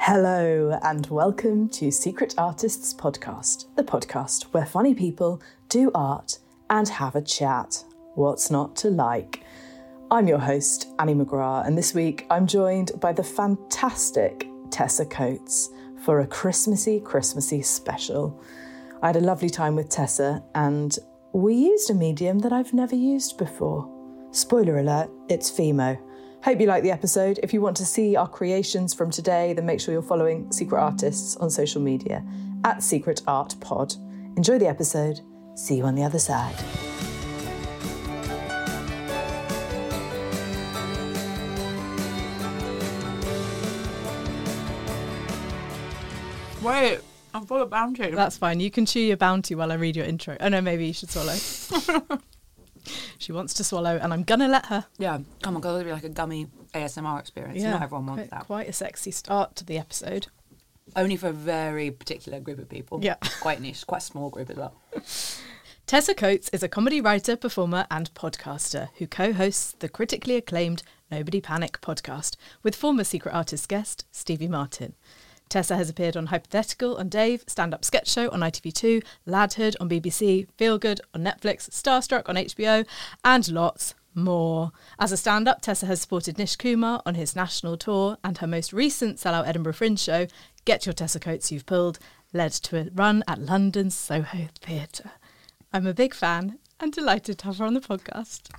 Hello, and welcome to Secret Artists Podcast, the podcast where funny people do art and have a chat. What's not to like? I'm your host, Annie McGrath, and this week I'm joined by the fantastic Tessa Coates for a Christmassy, Christmassy special. I had a lovely time with Tessa, and we used a medium that I've never used before. Spoiler alert, it's Fimo. Hope you like the episode. If you want to see our creations from today, then make sure you're following Secret Artists on social media at Secret Art Pod. Enjoy the episode. See you on the other side. Wait, I'm full of bounty. That's fine. You can chew your bounty while I read your intro. Oh no, maybe you should swallow. she wants to swallow, and I'm gonna let her. yeah. Oh my god, it'd be like a gummy ASMR experience. Not everyone wants quite, that. Quite a sexy start to the episode. Only for a very particular group of people. Yeah. Quite niche, quite a small group as well. Tessa Coates is a comedy writer, performer, and podcaster who co hosts the critically acclaimed Nobody Panic podcast with former Secret Artist guest Stevie Martin. Tessa has appeared on Hypothetical on Dave, Stand Up Sketch Show on ITV2, Ladhood on BBC, Feel Good on Netflix, Starstruck on HBO, and lots more. As a stand up, Tessa has supported Nish Kumar on his national tour, and her most recent sellout Edinburgh Fringe show, Get Your Tessa Coates You've Pulled, led to a run at London's Soho Theatre. I'm a big fan and delighted to have her on the podcast.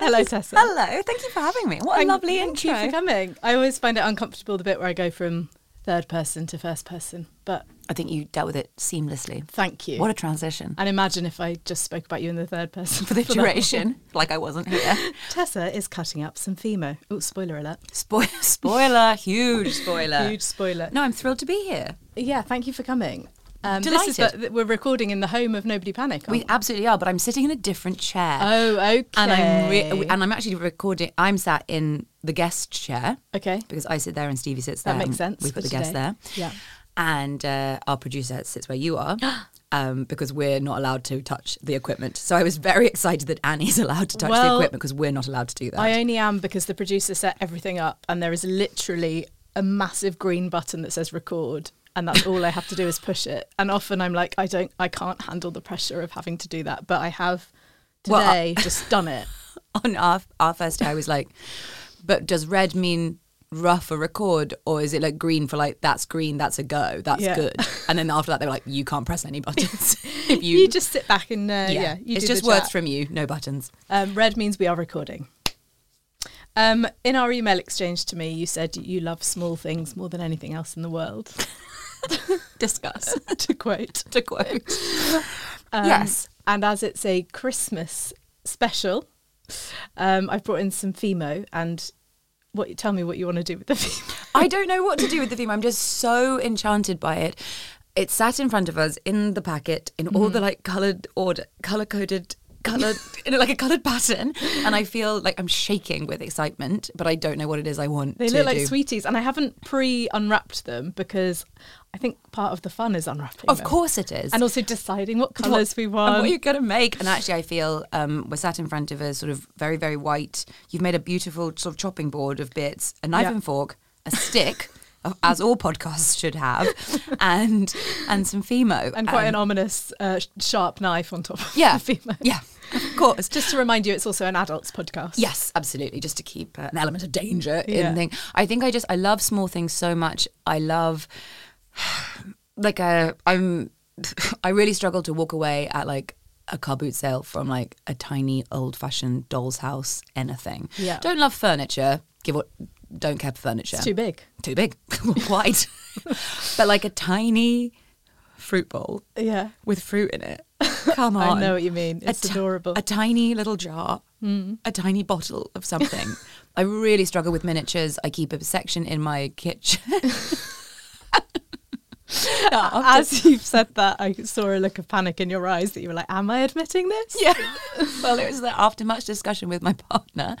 Hello, Tessa. Hello, thank you for having me. What a Thank- lovely thank intro. you for coming. I always find it uncomfortable the bit where I go from third person to first person, but I think you dealt with it seamlessly. thank you. What a transition. and imagine if I just spoke about you in the third person for the that. duration, like I wasn't here. Tessa is cutting up some Fimo. Oh, spoiler alert. Spoil- spoiler, huge spoiler. Huge spoiler. No, I'm thrilled to be here. Yeah, thank you for coming. Um, this is Delighted. the, we're recording in the home of Nobody Panic. We aren't absolutely are, but I'm sitting in a different chair. Oh, okay. And I'm re- and I'm actually recording. I'm sat in the guest chair. Okay. Because I sit there and Stevie sits That there. makes and sense We put for the guest today. there. Yeah. And uh, our producer sits where you are. Um, because we're not allowed to touch the equipment. So I was very excited that Annie's allowed to touch the Well, equipment because we're not allowed to do that. I only am because the producer set everything up, and there is literally a massive green button that says record, and that's all I have to do is push it. And often I'm like, I don't, I can't handle the pressure of having to do that, but I have Well, today I- just done it. On our, our first day, I was like, but does red mean rough or record? Or is it like green for like, that's green, that's a go, that's Yeah. good? And then after that, they were like, you can't press any buttons. if You, just sit back and uh, yeah, you it's do the just words chat. from you, no buttons. Um, red means we are recording. Um, in our email exchange to me, you said you love small things more than anything else in the world. Discuss. to quote, to quote. Um, Yes. And as it's a Christmas special, um, I've brought in some Fimo and what tell me what you want to do with the Fimo. I don't know what to do with the theme. I'm just so enchanted by it. It sat in front of us in the packet in all Mm-hmm. the like coloured order, colour coded, coloured, in like a coloured pattern. And I feel like I'm shaking with excitement, but I don't know what it is I want. They to look like do. sweeties and I haven't pre unwrapped them because I think part of the fun is unwrapping Of them. course it is. And also deciding what What- colours we and want. what you're gonna make. And actually, I feel um, we're sat in front of a sort of very, very white. You've made a beautiful sort of chopping board of bits, a knife Yeah. and fork, a stick, of- as all podcasts should have, and and some Fimo and quite an ominous uh, sh- sharp knife on top of um, yeah, the Fimo. yeah, of course. Just to remind you, it's also an adults podcast. Yes, absolutely. Just to keep uh, an element of danger in Yeah. the thing. I think I just I love small things so much. I love like a, I'm I really struggle to walk away at like a car boot sale from like a tiny old fashioned doll's house anything. Yeah. Don't love furniture. Give what don't care for furniture. It's too big. Too big. Wide. but like a tiny fruit bowl Yeah. with fruit in it. Come I on. know what you mean. A It's ti- adorable. Hmm. A tiny little jar, a tiny bottle of something. I really struggle with miniatures. I keep a section in my kitchen. As you've said that, I saw a look of panic in your eyes that you were like, Am I admitting this? Yeah. Well, it was that after much discussion with my partner,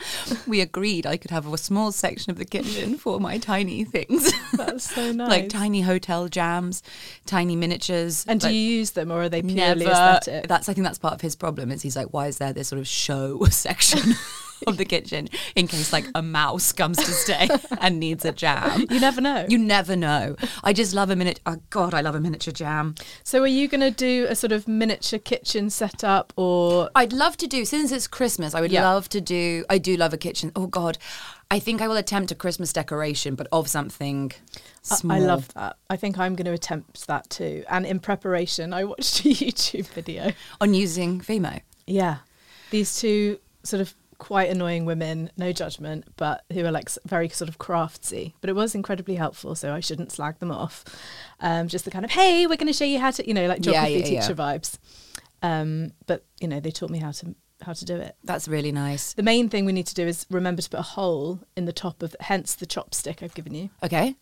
we agreed I could have a small section of the kitchen for my tiny things. That's so nice. like tiny hotel jams, tiny miniatures. And do like, you use them or are they purely never aesthetic? that's I think that's part of his problem is he's like, why is there this sort of show section of the kitchen in case like a mouse comes to stay and needs a jam? you never know. You never know. I just love a minute. Oh God, I love a miniature jam. so are you going to do a sort of miniature kitchen setup or I'd love to do since it's Christmas. I would Yeah. love to do. I do love a kitchen. Oh God, I think I will attempt a Christmas decoration, but of something I- small. I love that. I think I'm going to attempt that too. And in preparation, I watched a YouTube video. on using Vimo. Yeah. These two sort of quite annoying women, no judgment, but who are like s- very sort of craftsy. But it was incredibly helpful, so I shouldn't slag them off. Um, just the kind of, hey, we're going to show you how to, you know, like Yeah, geography yeah, yeah. teacher vibes. Um, but, you know, they taught me how to how to do it. That's really nice. The main thing we need to do is remember to put a hole in the top of, hence the chopstick I've given you, Okay.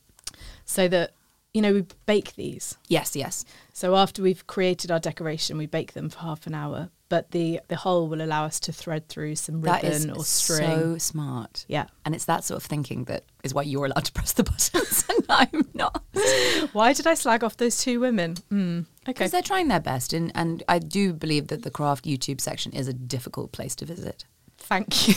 so that, you know, we bake these. Yes. Yes. So after we've created our decoration, we bake them for half an hour. But the the hole will allow us to thread through some That is ribbon or string. so smart. Yeah. And it's that sort of thinking that is why you're allowed to press the buttons and I'm not. Because Why did I slag off those two women? Mm. Okay. they're trying their best. And, and I do believe that the craft YouTube section is a difficult place to visit. Thank you.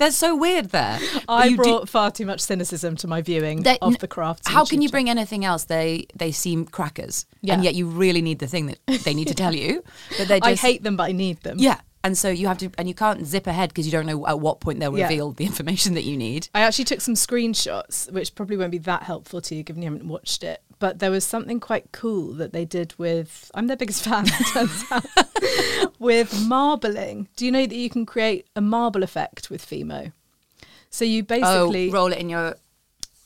They're so weird there. But I you do- brought far too much cynicism to my viewing They- of the crafts. How can YouTube you bring anything else? They they seem crackers, Yeah. and yet you really need the thing that they need to tell you. But they channel. just I hate them, but I need them. yeah, and so you have to, and you can't zip ahead because you don't know at what point they'll Yeah. reveal the information that you need. I actually took some screenshots, which probably won't be that helpful to you given you haven't watched it. But there was something quite cool that they did with, I'm their biggest fan, it turns out, with marbling. Do you know that you can create a marble effect with Fimo? So you basically, oh, roll it in your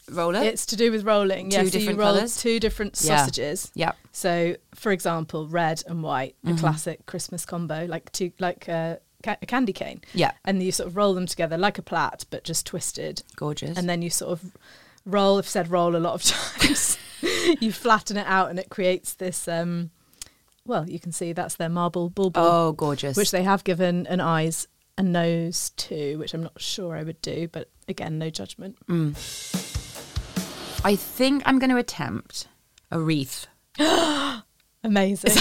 roller. it's to do with rolling. Yeah, Two so different you roll colours? two different Yeah. Mm-hmm. sausages. Yep. So, for example, red and white, the classic Christmas combo, like two, like a, ca- a candy cane. Yeah. And you sort of roll them together like a plait, but just twisted. Gorgeous. And then you sort of roll. I've said roll a lot of times. you flatten it out, and it creates this. Um, well, you can see that's their marble bulbul, oh, gorgeous. which they have given an eyes and nose to, which I'm not sure I would do, but again, no judgment. I think I'm going to attempt a wreath. Amazing.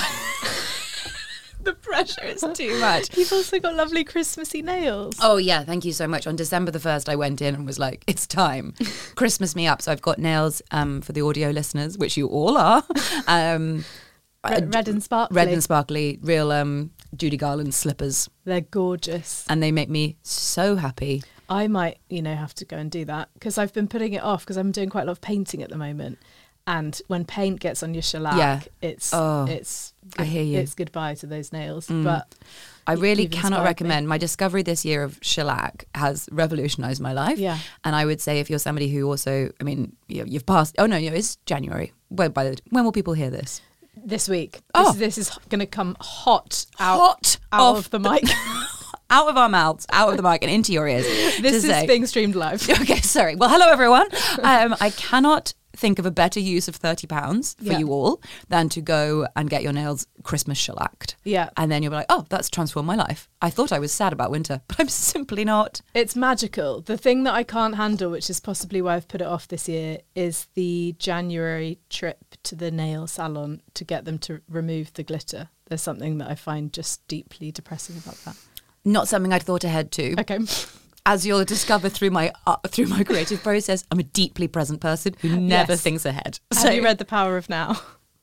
The pressure is too much. You've also got lovely Christmassy nails. Oh yeah, thank you so much. On December the first, I went in and was like, "It's time, Christmas me up." So I've got nails um, for the audio listeners, which you all are. Um, Re- red and sparkly. red and sparkly, real um, Judy Garland slippers, They're gorgeous. and they make me so happy. I might, you know, have to go and do that because I've been putting it off because I'm doing quite a lot of painting at the moment. And when paint gets on your shellac, Yeah. it's Oh, it's I hear you. Mm. It's goodbye to those nails. But I Y- really you've cannot inspired me. recommend. My discovery this year of shellac has revolutionized my life. Yeah. And I would say if you're somebody who also, I mean, you- you've passed, oh no, no, it's January. When, by the, when will people hear this? this week, Oh. this, this is going to come hot out, Hot out off of the mic. Out of our mouths, out of the mic, and into your ears. this to is say- being streamed live. Okay, sorry. Well, hello everyone. Um, I cannot think of a better use of thirty pounds for Yeah. you all than to go and get your nails Christmas shellacked. Yeah. and then you'll be like, oh, that's transformed my life. I thought I was sad about winter, but I'm simply not. It's magical. The thing that I can't handle, which is possibly why I've put it off this year, is the January trip to the nail salon to get them to remove the glitter. There's something that I find just deeply depressing about that. Not something I'd thought ahead to. Okay. As you'll discover through my uh, through my creative process, I'm a deeply present person who never Yes. thinks ahead. Have you read The Power of Now?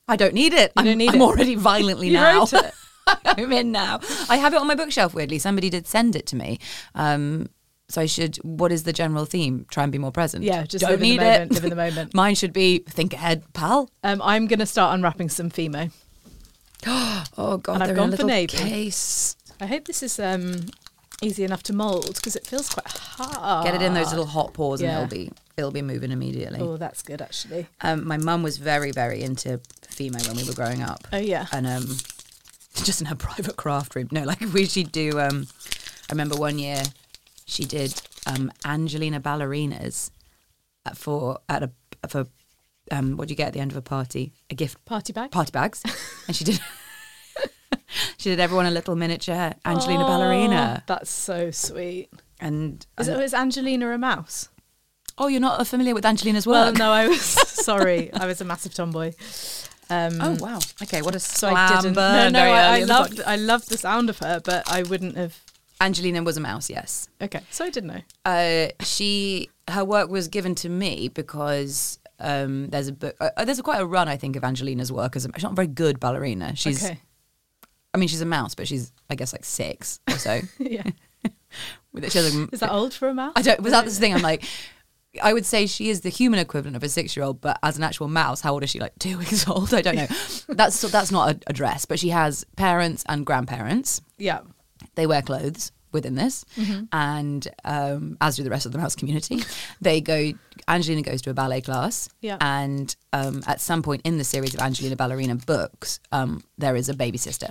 I don't need it. I'm, don't need I'm it. already violently You now. wrote it. I'm in now. I have it on my bookshelf. Weirdly, somebody did send it to me. Um, so I should. What is the general theme? Try and be more present. Yeah, just don't live in the need moment, it. live in the moment. Mine should be think ahead, pal. Um, I'm going to start unwrapping some Fimo. Oh God, And I've Oh, they're in gone a for little navy. case. I hope this is um, easy enough to mold because it feels quite hard. Get it in those little hot paws, Yeah. and it'll be it'll be moving immediately. Oh, that's good actually. Um, my mum was very, very into Fimo when we were growing up. Oh, yeah. and um, just in her private craft room. No, like we she'd do. Um, I remember one year she did um, Angelina ballerinas at- for at a for um, what do you get at the end of a party? A gift Party bag. party bags, and she did. she did everyone a little miniature Angelina ballerina, Oh, That's so sweet. and, um, Is, it, is Angelina a mouse? oh, you're not familiar with Angelina's Well, work? no, I was sorry. I was a massive tomboy. Um, Oh wow. Okay, what a so slam I didn't. burn no, no, very I, early on I the loved. podcast. I loved the sound of her, but I wouldn't have. Angelina was a mouse, yes. Okay, so I didn't know. Uh, she her work was given to me because um, there's a book. Uh, there's quite a run, I think, of Angelina's work as a, she's not a very good ballerina. She's, okay, I mean, she's a mouse, but she's, I guess, like six or so. yeah. With it, she has, like, Is that old for a mouse? I don't. Was that the thing? I'm like, I would say she is the human equivalent of a six year old, but as an actual mouse, how old is she? Like two weeks old? I don't know. that's that's not a, a dress, but she has parents and grandparents. Yeah. they wear clothes within this, Mm-hmm. and um, as do the rest of the mouse community. they go. Angelina goes to a ballet class, Yeah. and um, at some point in the series of Angelina Ballerina books, um, there is a baby sister.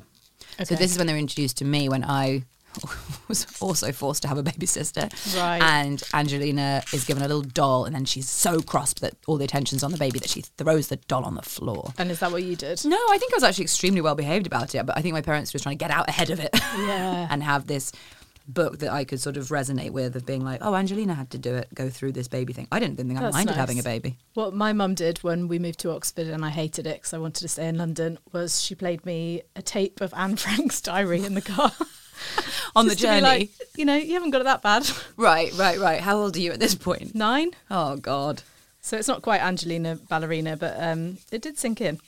So Okay. this is when they were introduced to me when I. Was also forced to have a baby sister, Right. And Angelina is given a little doll, and then she's so cross that all the attention's on the baby that she throws the doll on the floor. And is that what you did? No, I think I was actually extremely well behaved about it, but I think my parents were just trying to get out ahead of it. Yeah. and have this book that I could sort of resonate with of being like, oh, Angelina had to do it, go through this baby thing. I didn't think I That's minded nice. having a baby. What my mum did when we moved to Oxford and I hated it because I wanted to stay in London was she played me a tape of Anne Frank's diary in the car. On the Just to be like, journey. you know, you haven't got it that bad. Right, right, right. How old are you at this point? Nine. Oh, God. So it's not quite Angelina Ballerina, but um, it did sink in.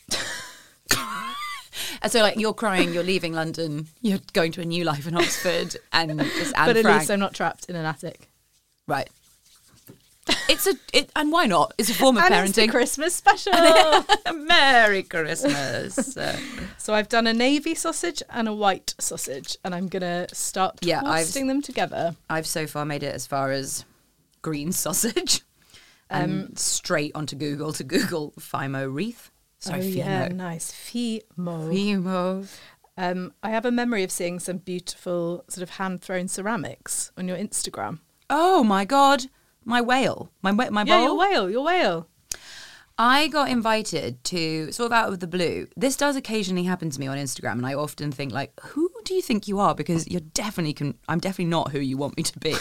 And so, like, you're crying, you're leaving London, you're going to a new life in Oxford, and it's Anne but at Frank. least I'm not trapped in an attic. right. It's a, it, and why not? It's a form of and it's the parenting. Christmas special. Merry Christmas. Uh, so I've done a navy sausage and a white sausage, and I'm gonna start Yeah, I've- twisting them together. I've so far made it as far as green sausage, and straight onto Google to Google Fimo wreath. Sorry, oh Fimo. yeah, nice Fimo. Fimo. Um, I have a memory of seeing some beautiful sort of hand thrown ceramics on your Instagram. Oh my god, my whale, my wa- my Yeah, your bowl. whale, your whale. I got invited to sort of out of the blue. This does occasionally happen to me on Instagram, and I often think like, who do you think you are? Because you're definitely can. I'm definitely not who you want me to be.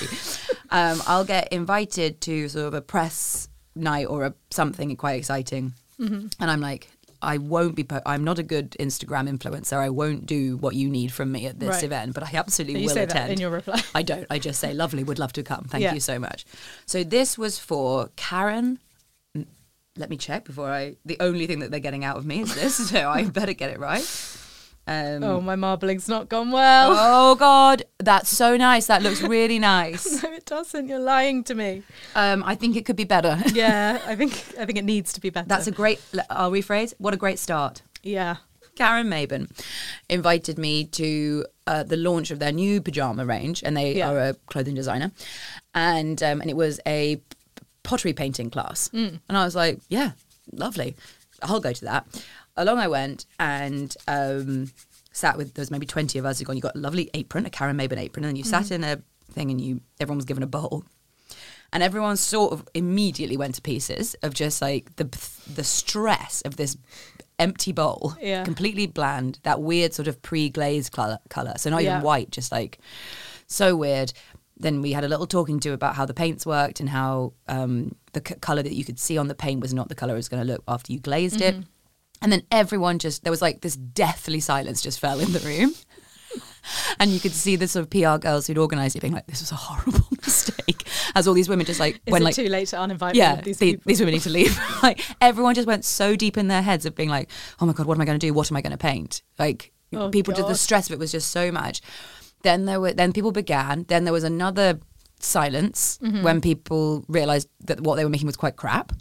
um, I'll get invited to sort of a press night or a something quite exciting, Mm-hmm. and I'm like. I won't be. Po- I'm not a good Instagram influencer. I won't do what you need from me at this Right. event, but I absolutely You will say that attend. in your reply. I don't. I just say, "Lovely, would love to come. Thank Yeah. you so much." So this was for Karen let me check before I. The only thing that they're getting out of me is this, so I better get it right. Um, Oh, oh. my marbling's not gone well. God, that's so nice. That looks really nice. No, it doesn't. You're lying to me. Um, I think it could be better. Yeah, I think I think it needs to be better. That's a great. I'll rephrase. What a great start. yeah. Karen Maben invited me to uh, the launch of their new pajama range, and they Yeah. are a clothing designer, and um, and it was a p- pottery painting class, Mm. and I was like, yeah, lovely, I'll go to that. Along I went and um, sat with there was maybe twenty of us. You got you got a lovely apron, a Karen Maben apron, and you Mm-hmm. sat in a thing, and you everyone was given a bowl. And everyone sort of immediately went to pieces of just like the the stress of this empty bowl, Yeah. completely bland, that weird sort of pre-glazed color, color. So not Yeah. even white, just like so weird. Then we had a little talking to about how the paints worked and how um, the c- color that you could see on the paint was not the color it was going to look after you glazed it. Mm-hmm. And then everyone just there was like this deathly silence just fell in the room. And you could see the sort of PR girls who'd organised it being like, "This was a horrible mistake." As all these women just like Is when it like too late to uninvite all yeah, of these the- people? these women need to leave. like everyone just went so deep in their heads of being like, oh my god, what am I going to do? What am I going to paint? Like Oh, people did the God. stress of it was just so much. Then there were then people began. Then there was another silence Mm-hmm. when people realized that what they were making was quite crap.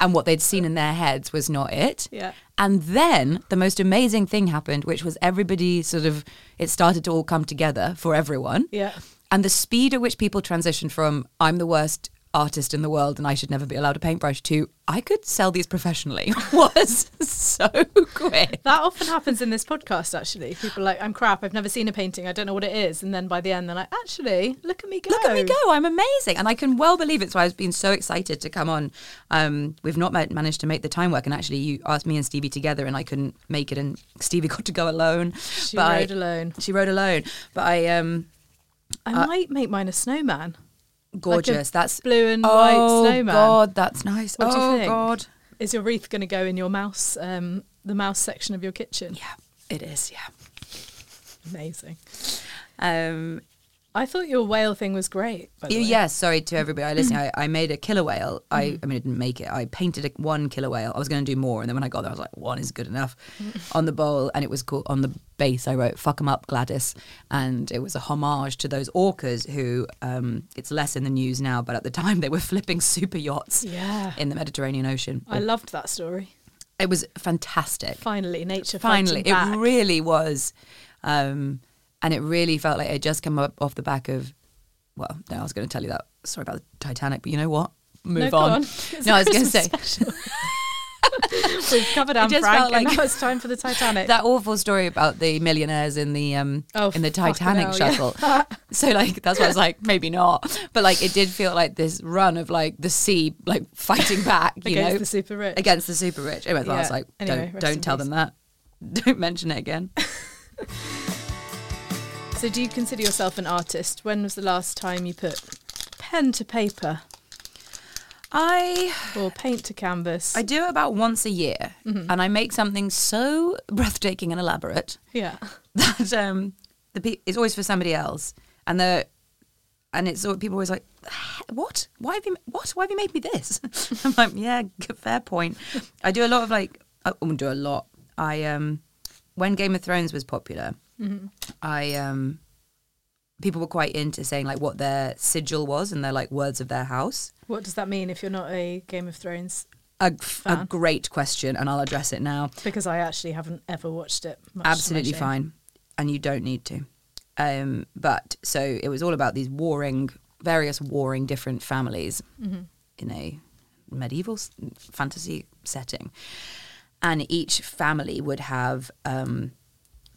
And what they'd seen in their heads was not it. Yeah. And then the most amazing thing happened, which was everybody sort of, it started to all come together for everyone. Yeah. And the speed at which people transition from I'm the worst artist in the world and I should never be allowed a paintbrush to I could sell these professionally was so quick. That often happens in this podcast, actually. People are like, I'm crap. I've never seen a painting. I don't know what it is. And then by the end, they're like, actually, look at me go. Look at me go! I'm amazing, and I can well believe it. So I've been so excited to come on. Um, we've not ma- managed to make the time work, and actually, you asked me and Stevie together, and I couldn't make it, and Stevie got to go alone. She But I- rode alone. She rode alone, but I um I might make mine a snowman. gorgeous. That's blue and white oh, snowman. God, that's nice. What oh do you think? God, Is your wreath going to go in your mouse, um, the mouse section of your kitchen? yeah, it is. Yeah. Amazing. Um. I thought your whale thing was great. By the y- way. Mm. yeah, sorry to everybody listening. I, I made a killer whale. I, I mean, I didn't make it. I painted a, one killer whale. I was going to do more, and then when I got there, I was like, one is good enough. Mm. on the bowl, and it was called on the base. I wrote "fuck 'em up, Gladys," and it was a homage to those orcas who um, it's less in the news now, but at the time they were flipping super yachts Yeah. in the Mediterranean Ocean. I loved that story. It was fantastic. Finally, nature. finally fighting back. it really was um and it really felt like it just came up off the back of well no i was going to tell you that sorry about the titanic but you know what move go on. It's no a i was going to say Christmas We've covered Anne just Frank, felt and like- now it's time for the Titanic. that awful story about the millionaires in the um Oh, in the fucking titanic hell, yeah. shuttle so like that's why i was like maybe not but like it did feel like this run of like the sea like fighting back you Against know the super rich. against the super rich anyway i was Yeah. like Anyway, don't rest in don't tell peace. them that don't mention it again So, do you consider yourself an artist? When was the last time you put pen to paper i or paint to canvas? I do it about once a year, and I make something so breathtaking and elaborate yeah. that um, the pe- it's always for somebody else, and the and it's al- people always like, what? Why have you what? Why have you made me this? I'm like, yeah, g- fair point. I do a lot of like, I I do a lot. I um, when Game of Thrones was popular, I um, people were quite into saying like what their sigil was and their like words of their house. What does that mean if you're not a Game of Thrones? A, a great question, and I'll address it now. Because I actually haven't ever watched it. Much to my absolutely shame. fine and you don't need to um but so it was all about these warring various warring different families in a medieval s- fantasy setting and each family would have um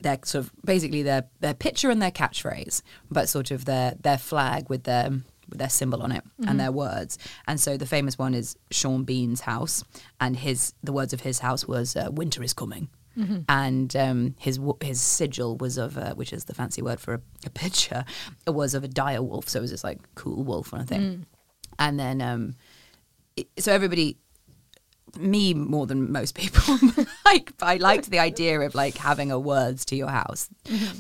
their sort of basically their their picture and their catchphrase but sort of their their flag with their with their symbol on it and their words and so the famous one is Sean Bean's house and his the words of his house was uh, winter is coming and um, his w- his sigil was of a, which is the fancy word for a, a picture it was of a dire wolf so it was this like cool wolf kind of thing and then um it- so everybody me more than most people like I liked the idea of like having a words to your house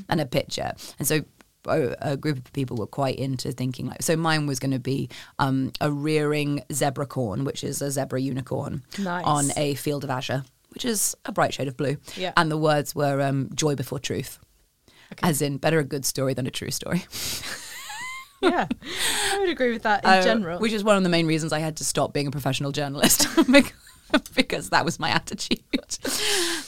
and a picture and so a, a group of people were quite into thinking like so mine was going to be um, a rearing zebra corn which is a zebra unicorn Nice. on a field of azure which is a bright shade of blue Yeah. and the words were um, joy before truth as in better a good story than a true story Yeah. I would agree with that in Uh, general. Which is one of the main reasons I had to stop being a professional journalist bec- because that was my attitude.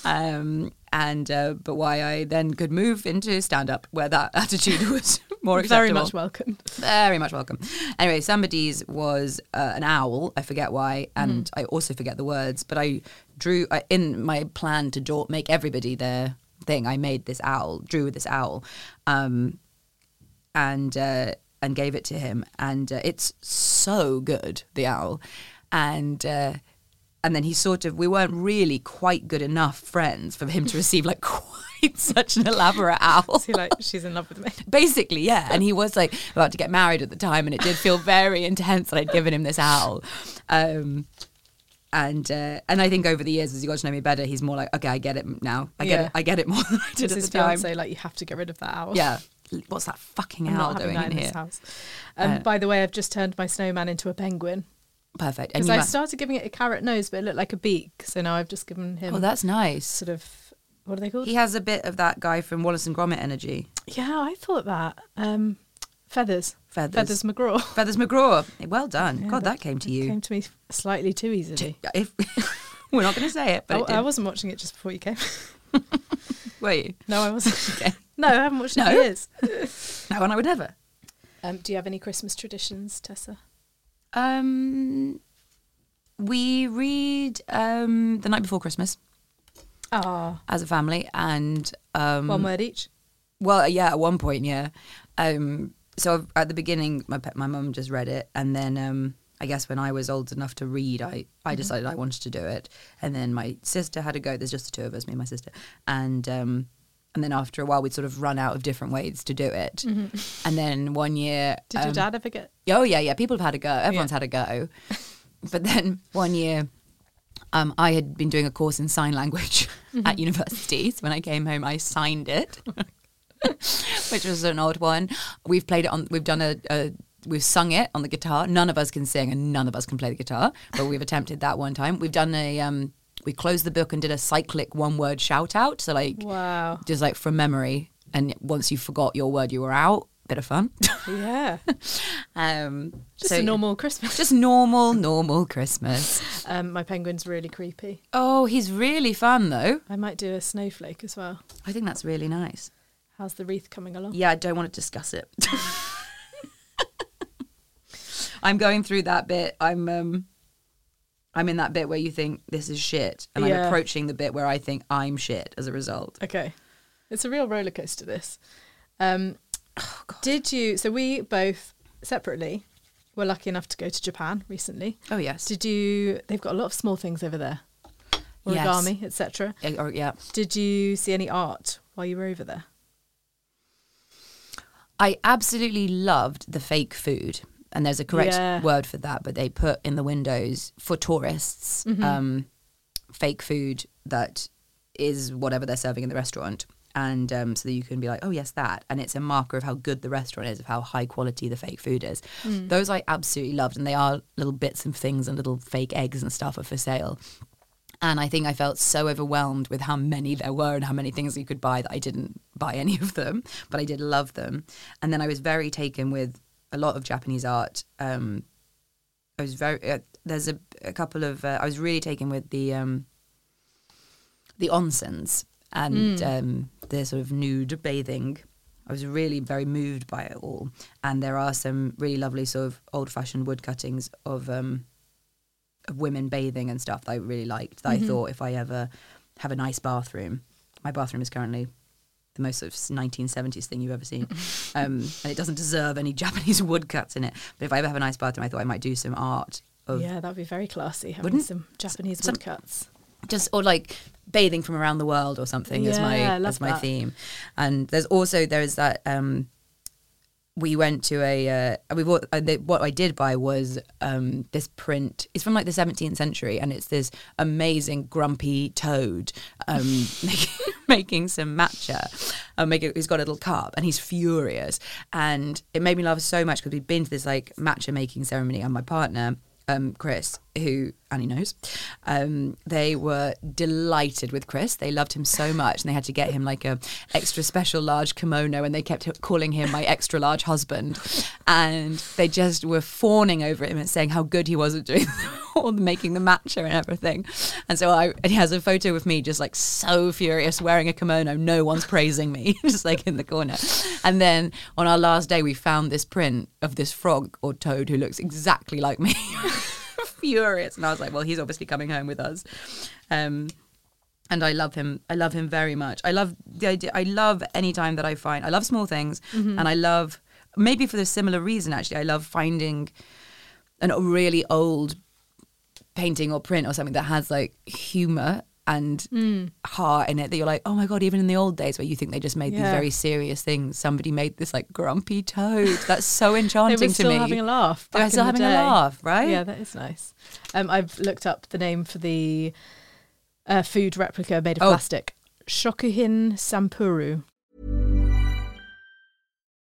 Um, and uh, but why I then could move into stand up where that attitude was more acceptable. Very much welcome. Very much welcome. Anyway, somebody's was uh, an owl. I forget why, and I also forget the words. But I drew I, in my plan to draw, make everybody their thing. I made this owl, drew this owl, um, and uh, and gave it to him. And uh, it's so good, the owl, and. Uh, and then he sort of, we weren't really quite good enough friends for him to receive like quite such an elaborate owl See, like, she's in love with me. basically yeah and he was like about to get married at the time and it did feel very intense that i'd given him this owl um and uh, and i think over the years as he got to know me better he's more like okay i get it now i get Yeah. it i get it more than i did Does at his the time fiance like you have to get rid of that owl? yeah what's that fucking I'm owl not doing having in that in here Uh, this house. Um, by the way, I've just turned my snowman into a penguin. perfect and Because you I might- started giving it a carrot nose, but it looked like a beak. So now I've just given him oh that's nice sort of what are they called? he has a bit of that guy from wallace and gromit energy yeah, I thought that. Um, feathers. Feathers. Feathers McGraw. feathers mcgraw well done god that came to you Came to me slightly too easily. if we're not going to say it but I, it did. I wasn't watching it just before you came. were you no, I wasn't. okay No, I haven't watched it No? in years. no and i would never Um, do you have any Christmas traditions, Tessa? Um, we read um, the night before Christmas Ah, as a family, and um, one word each. well, yeah, at one point, yeah. Um, so at the beginning, my pe- my mum just read it, and then um, I guess when I was old enough to read, I I decided I wanted to do it, and then my sister had a go. There's just the two of us, me and my sister, and. Um, and then after a while, we'd sort of run out of different ways to do it. And then one year, Did your um, dad ever get? Oh yeah, yeah. People have had a go. Everyone's had a go. But then one year, um, I had been doing a course in sign language at university. So when I came home, I signed it, which was an odd one. We've played it on. We've done a. a We've sung it on the guitar. None of us can sing and none of us can play the guitar, but we've attempted that one time. We've done a, um, we closed the book and did a cyclic one word shout out. So, like, Wow. just like from memory. And once you forgot your word, you were out. Bit of fun. Yeah, Um, just so- a normal Christmas. just normal, normal Christmas. Um, my penguin's really creepy. Oh, he's really fun though. I might do a snowflake as well. I think that's really nice. How's the wreath coming along? Yeah, I don't want to discuss it. I'm going through that bit. I'm um, I'm in that bit where you think this is shit, and I'm Yeah. approaching the bit where I think I'm shit as a result. Okay. It's a real roller coaster, this. Um, Oh, Did you? So, we both separately were lucky enough to go to Japan recently. Oh yes, Did you? They've got a lot of small things over there Yes. origami, etc. Eh, or, yeah. Did you see any art while you were over there? I absolutely loved the fake food. And there's a correct Yeah. word for that, but they put in the windows for tourists um, fake food that is whatever they're serving in the restaurant. And um, so that you can be like, oh, yes, that. And it's a marker of how good the restaurant is, of how high quality the fake food is. Those I absolutely loved. And they are little bits and things and little fake eggs and stuff are for sale. And I think I felt so overwhelmed with how many there were and how many things you could buy that I didn't buy any of them, but I did love them. And then I was very taken with a lot of Japanese art. Um, I was very uh, there's a, a couple of uh, I was really taken with the um, the onsens and um, the sort of nude bathing. I was really very moved by it all, and there are some really lovely sort of old fashioned wood cuttings of um, of women bathing and stuff that I really liked. That I thought if I ever have a nice bathroom, my bathroom is currently the most sort of 1970s thing you've ever seen, um, and it doesn't deserve any Japanese wood cuts in it. But if I ever have a nice bathroom, I thought I might do some art of Yeah, that'd be very classy having Oh. Wouldn't- some Japanese some- woodcuts. just or like bathing from around the world or something is my Yeah, I love as my that. theme. And there's also there is that um we went to a uh, we bought uh, the, what I did buy was um this print. It's from like the 17th century and it's this amazing grumpy toad um making, making some matcha. Um, make he's got a little cup and he's furious and it made me laugh so much because we'd been to this like matcha making ceremony and my partner um, Chris, who Annie knows, um, they were delighted with Chris. They loved him so much, and they had to get him like a extra special large kimono, and they kept h- calling him my extra large husband, and they just were fawning over him and saying how good he was at doing all the making the matcha and everything. And so I, and he has a photo of me just like so furious, wearing a kimono. No one's praising me, just like in the corner. And then on our last day, we found this print of this frog or toad who looks exactly like me furious. And I was like, well, he's obviously coming home with us. Um, and I love him. I love him very much. I love the idea. I love any time that I find. I love small things, Mm-hmm. and I love maybe for the similar reason. Actually, I love finding an a really old painting or print or something that has like humor and Mm. heart in it that you're like, oh my god, even in the old days where you think they just made these Yeah. very serious things, somebody made this like grumpy toad. That's so enchanting They were to still me. having a laugh. They were back in still the having a day. laugh, right? Yeah, that is nice. Um, I've looked up the name for the uh, food replica made of Oh. plastic. Shokuhin Sampuru.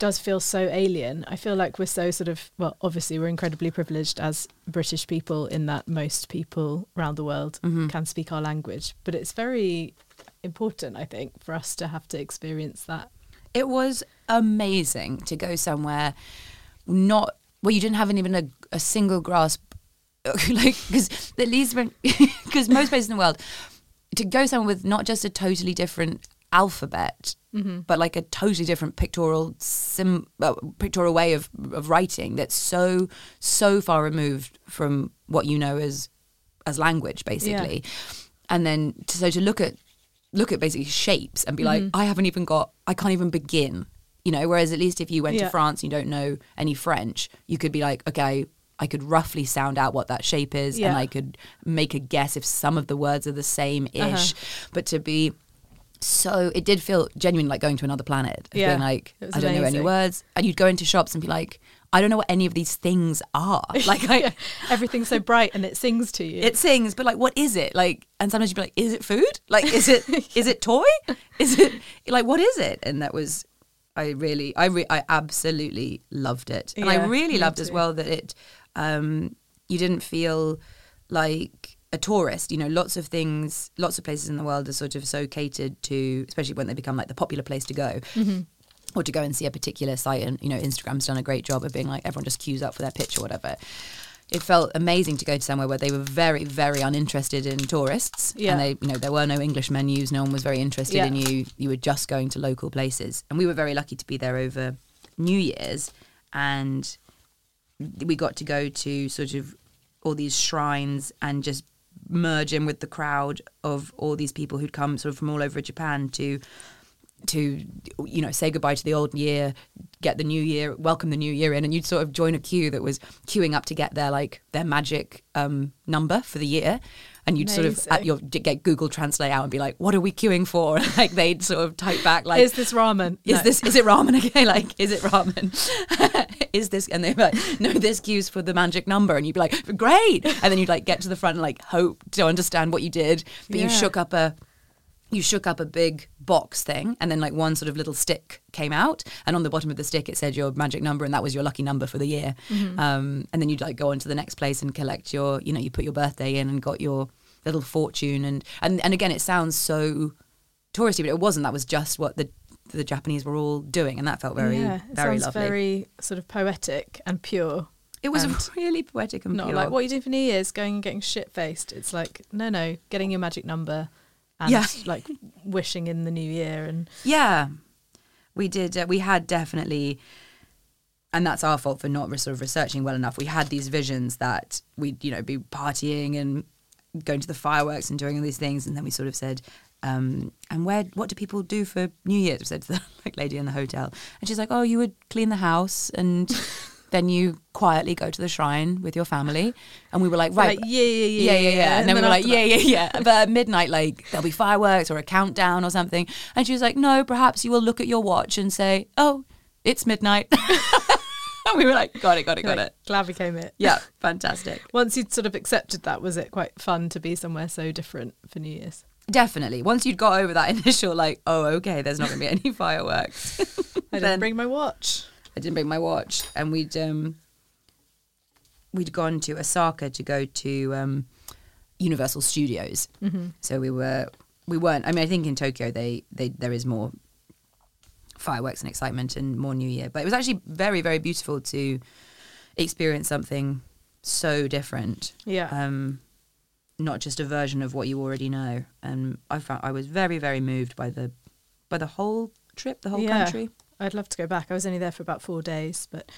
does feel so alien. I feel like we're so sort of, well, obviously, we're incredibly privileged as British people in that most people around the world Mm-hmm. can speak our language. But it's very important, I think, for us to have to experience that. It was amazing to go somewhere not where you didn't have even a, a single grasp, like because at least because most places in the world to go somewhere with not just a totally different alphabet, but like a totally different pictorial sim uh, pictorial way of of writing that's so so far removed from what you know as as language basically, and then to, so to look at look at basically shapes and be like, Mm-hmm. I haven't even got, I can't even begin. You know, whereas at least if you went Yeah. to France and you don't know any French, you could be like, okay, I could roughly sound out what that shape is Yeah. and I could make a guess if some of the words are the same ish. Uh-huh. But to be so, it did feel genuine like going to another planet. of Yeah. Being like, It was I don't know any amazing. words. And you'd go into shops and be like, I don't know what any of these things are. Like, I. Everything's so bright and it sings to you. It sings, but like, what is it? Like, and sometimes you'd be like, is it food? Like, is it is it toy? Is it like what is it? And that was, I really, I re- I absolutely loved it, and I Yeah, really me loved as too. well that it, um, you didn't feel like a tourist. You know, lots of things, lots of places in the world are sort of so catered to, especially when they become like the popular place to go. Or to go and see a particular site, and you know, Instagram's done a great job of being like everyone just queues up for their pitch or whatever it felt amazing to go to somewhere where they were very, very uninterested in tourists. Yeah. And they, you know, there were no English menus. No one was very interested Yeah. in you. You were just going to local places. And we were very lucky to be there over New Year's. And we got to go to sort of all these shrines and just merge in with the crowd of all these people who'd come sort of from all over Japan to to you know say goodbye to the old year get the new year welcome the new year in and you'd sort of join a queue that was queuing up to get their like their magic um number for the year and you'd sort of Amazing. at your get google translate out and be like what are we queuing for like they'd sort of type back like is this ramen? is No. this is it ramen again? Like, is it ramen? is this? And they're like, no, this queues for the magic number, and you'd be like, great, and then you'd like get to the front and like hope to understand what you did, but you Yeah. shook up a. You shook up a big box thing, and then like one sort of little stick came out, and on the bottom of the stick it said your magic number, and that was your lucky number for the year. Mm-hmm. Um, and then you'd like go on to the next place and collect your, you know, you put your birthday in and got your little fortune, and and and again, it sounds so touristy, but it wasn't. That was just what the the Japanese were all doing, and that felt very yeah, it very sounds lovely. very sort of poetic and pure. it was and really poetic and Not pure. like what you do for New Year's, going and getting shit faced. It's like no, no, getting your magic number and Yeah. like wishing in the new year and Yeah, we did. Uh, we had definitely, and that's our fault for not re- sort of researching well enough. We had these visions that we'd you know be partying and going to the fireworks and doing all these things, and then we sort of said. Um, and where what do people do for New Year's? We said to the like lady in the hotel, and she's like, "Oh, you would clean the house, and then you quietly go to the shrine with your family." And we were like, "Right, like, yeah, yeah, yeah, yeah, yeah, yeah, yeah." And, and then, we then were like, after "Yeah, that- yeah, yeah." But at midnight, like there'll be fireworks or a countdown or something. And she was like, no, perhaps you will look at your watch and say, oh, it's midnight. and we were like, got it, got it, got like, it. glad we came it. Yeah, fantastic. Once you'd sort of accepted that, was it quite fun to be somewhere so different for New Year's? Definitely. Once you'd got over that initial, like, oh, okay, there's not going to be any fireworks. I didn't Then- bring my watch. I didn't bring my watch, and we'd um, we'd gone to Osaka to go to um, Universal Studios. So we were we weren't. I mean, I think in Tokyo they they there is more fireworks and excitement and more New Year, but it was actually very very beautiful to experience something so different. Yeah. Um, not just a version of what you already know, and I found I was very very moved by the by the whole trip, the whole country. I'd love to go back. I was only there for about four days, but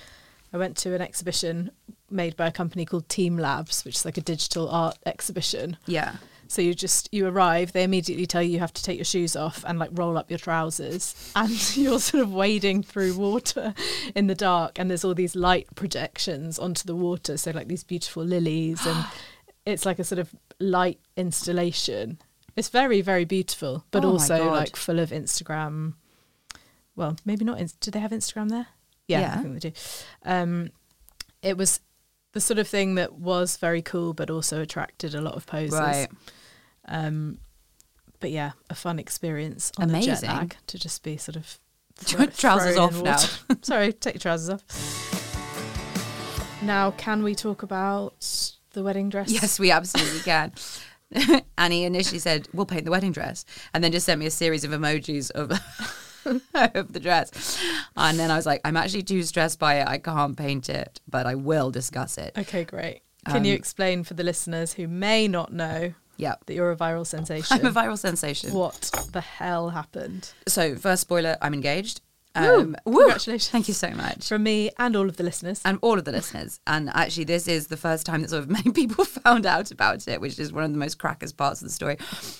I went to an exhibition made by a company called Team Labs, which is like a digital art exhibition. Yeah. So you just you arrive, they immediately tell you you have to take your shoes off and like roll up your trousers, and you're sort of wading through water in the dark, and there's all these light projections onto the water, so like these beautiful lilies, and it's like a sort of light installation. It's very very beautiful, but Oh my also God. like full of Instagram. Well, maybe not. Ins- do they have Instagram there? Yeah, Yeah. I think they do. Um, it was the sort of thing that was very cool, but also attracted a lot of posers. Right. Um, but yeah, a fun experience on the jet Amazing. lag to just be sort of Your trousers thrown in off water. Sorry, take your trousers off. Now, can we talk about the wedding dress? Yes, we absolutely can. Annie initially said, "We'll paint the wedding dress," and then just sent me a series of emojis of of the dress. And then I was like, "I'm actually too stressed by it. I can't paint it, but I will discuss it." Okay, great. Can Um, you explain for the listeners who may not know Yep. that you're a viral sensation? I'm a viral sensation. what the hell happened? So, first spoiler: I'm engaged. Um, woo! Congratulations. Thank you so much. From me and all of the listeners. and all of the listeners. And actually, this is the first time that sort of many people found out about it, which is one of the most crackers parts of the story.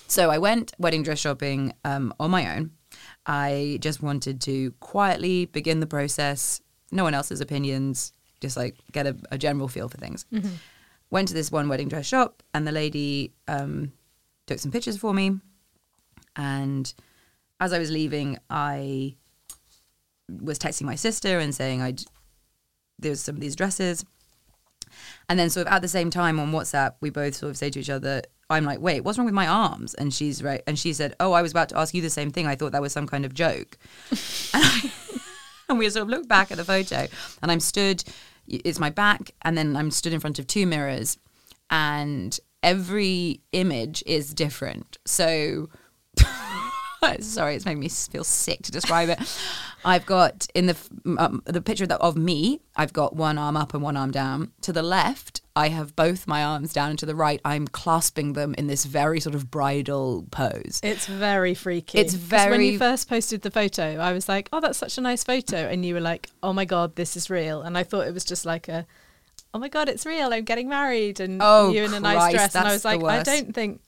So I went wedding dress shopping um, on my own. I just wanted to quietly begin the process, no one else's opinions, just like get a, a general feel for things. Went to this one wedding dress shop, and the lady um, took some pictures for me. And as I was leaving, I was texting my sister and saying I'd there's some of these dresses. And then sort of at the same time on WhatsApp, we both sort of say to each other, I'm like, wait, what's wrong with my arms? And she's right. And she said, oh, I was about to ask you the same thing. I thought that was some kind of joke. and we sort of look back at the photo and I'm stood, it's my back. And then I'm stood in front of two mirrors and every image is different. So sorry, it's made me feel sick to describe it. I've got in the f- um, the picture that of me, I've got one arm up and one arm down. To the left, I have both my arms down, and to the right, I'm clasping them in this very sort of bridal pose. It's very freaky. It's 'Cause When very- you first posted the photo, I was like, "Oh, that's such a nice photo," and you were like, "Oh my god, this is real." And I thought it was just like a, "Oh my god, it's real. I'm getting married," and Oh, you in a nice Christ, dress. And I that's was the like, "I worst. don't think,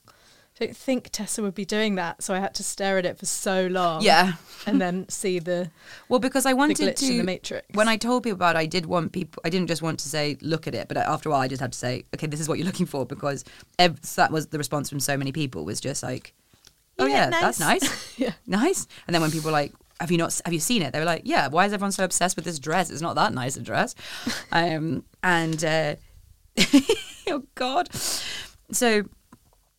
I don't think Tessa would be doing that." So I had to stare at it for so long. Yeah. and then see the Well, because I wanted glitch to in the matrix. When I told people about it, I did want people. I didn't just want to say look at it, but after a while, I just had to say, okay, this is what you're looking for, because ev- so that was the response from so many people was just like, oh Yeah, yeah, that's nice. nice, Yeah. nice. And then when people were like, have you not? Have you seen it? They were like, yeah. Why is everyone so obsessed with this dress? It's not that nice a dress. um, and uh, oh god, so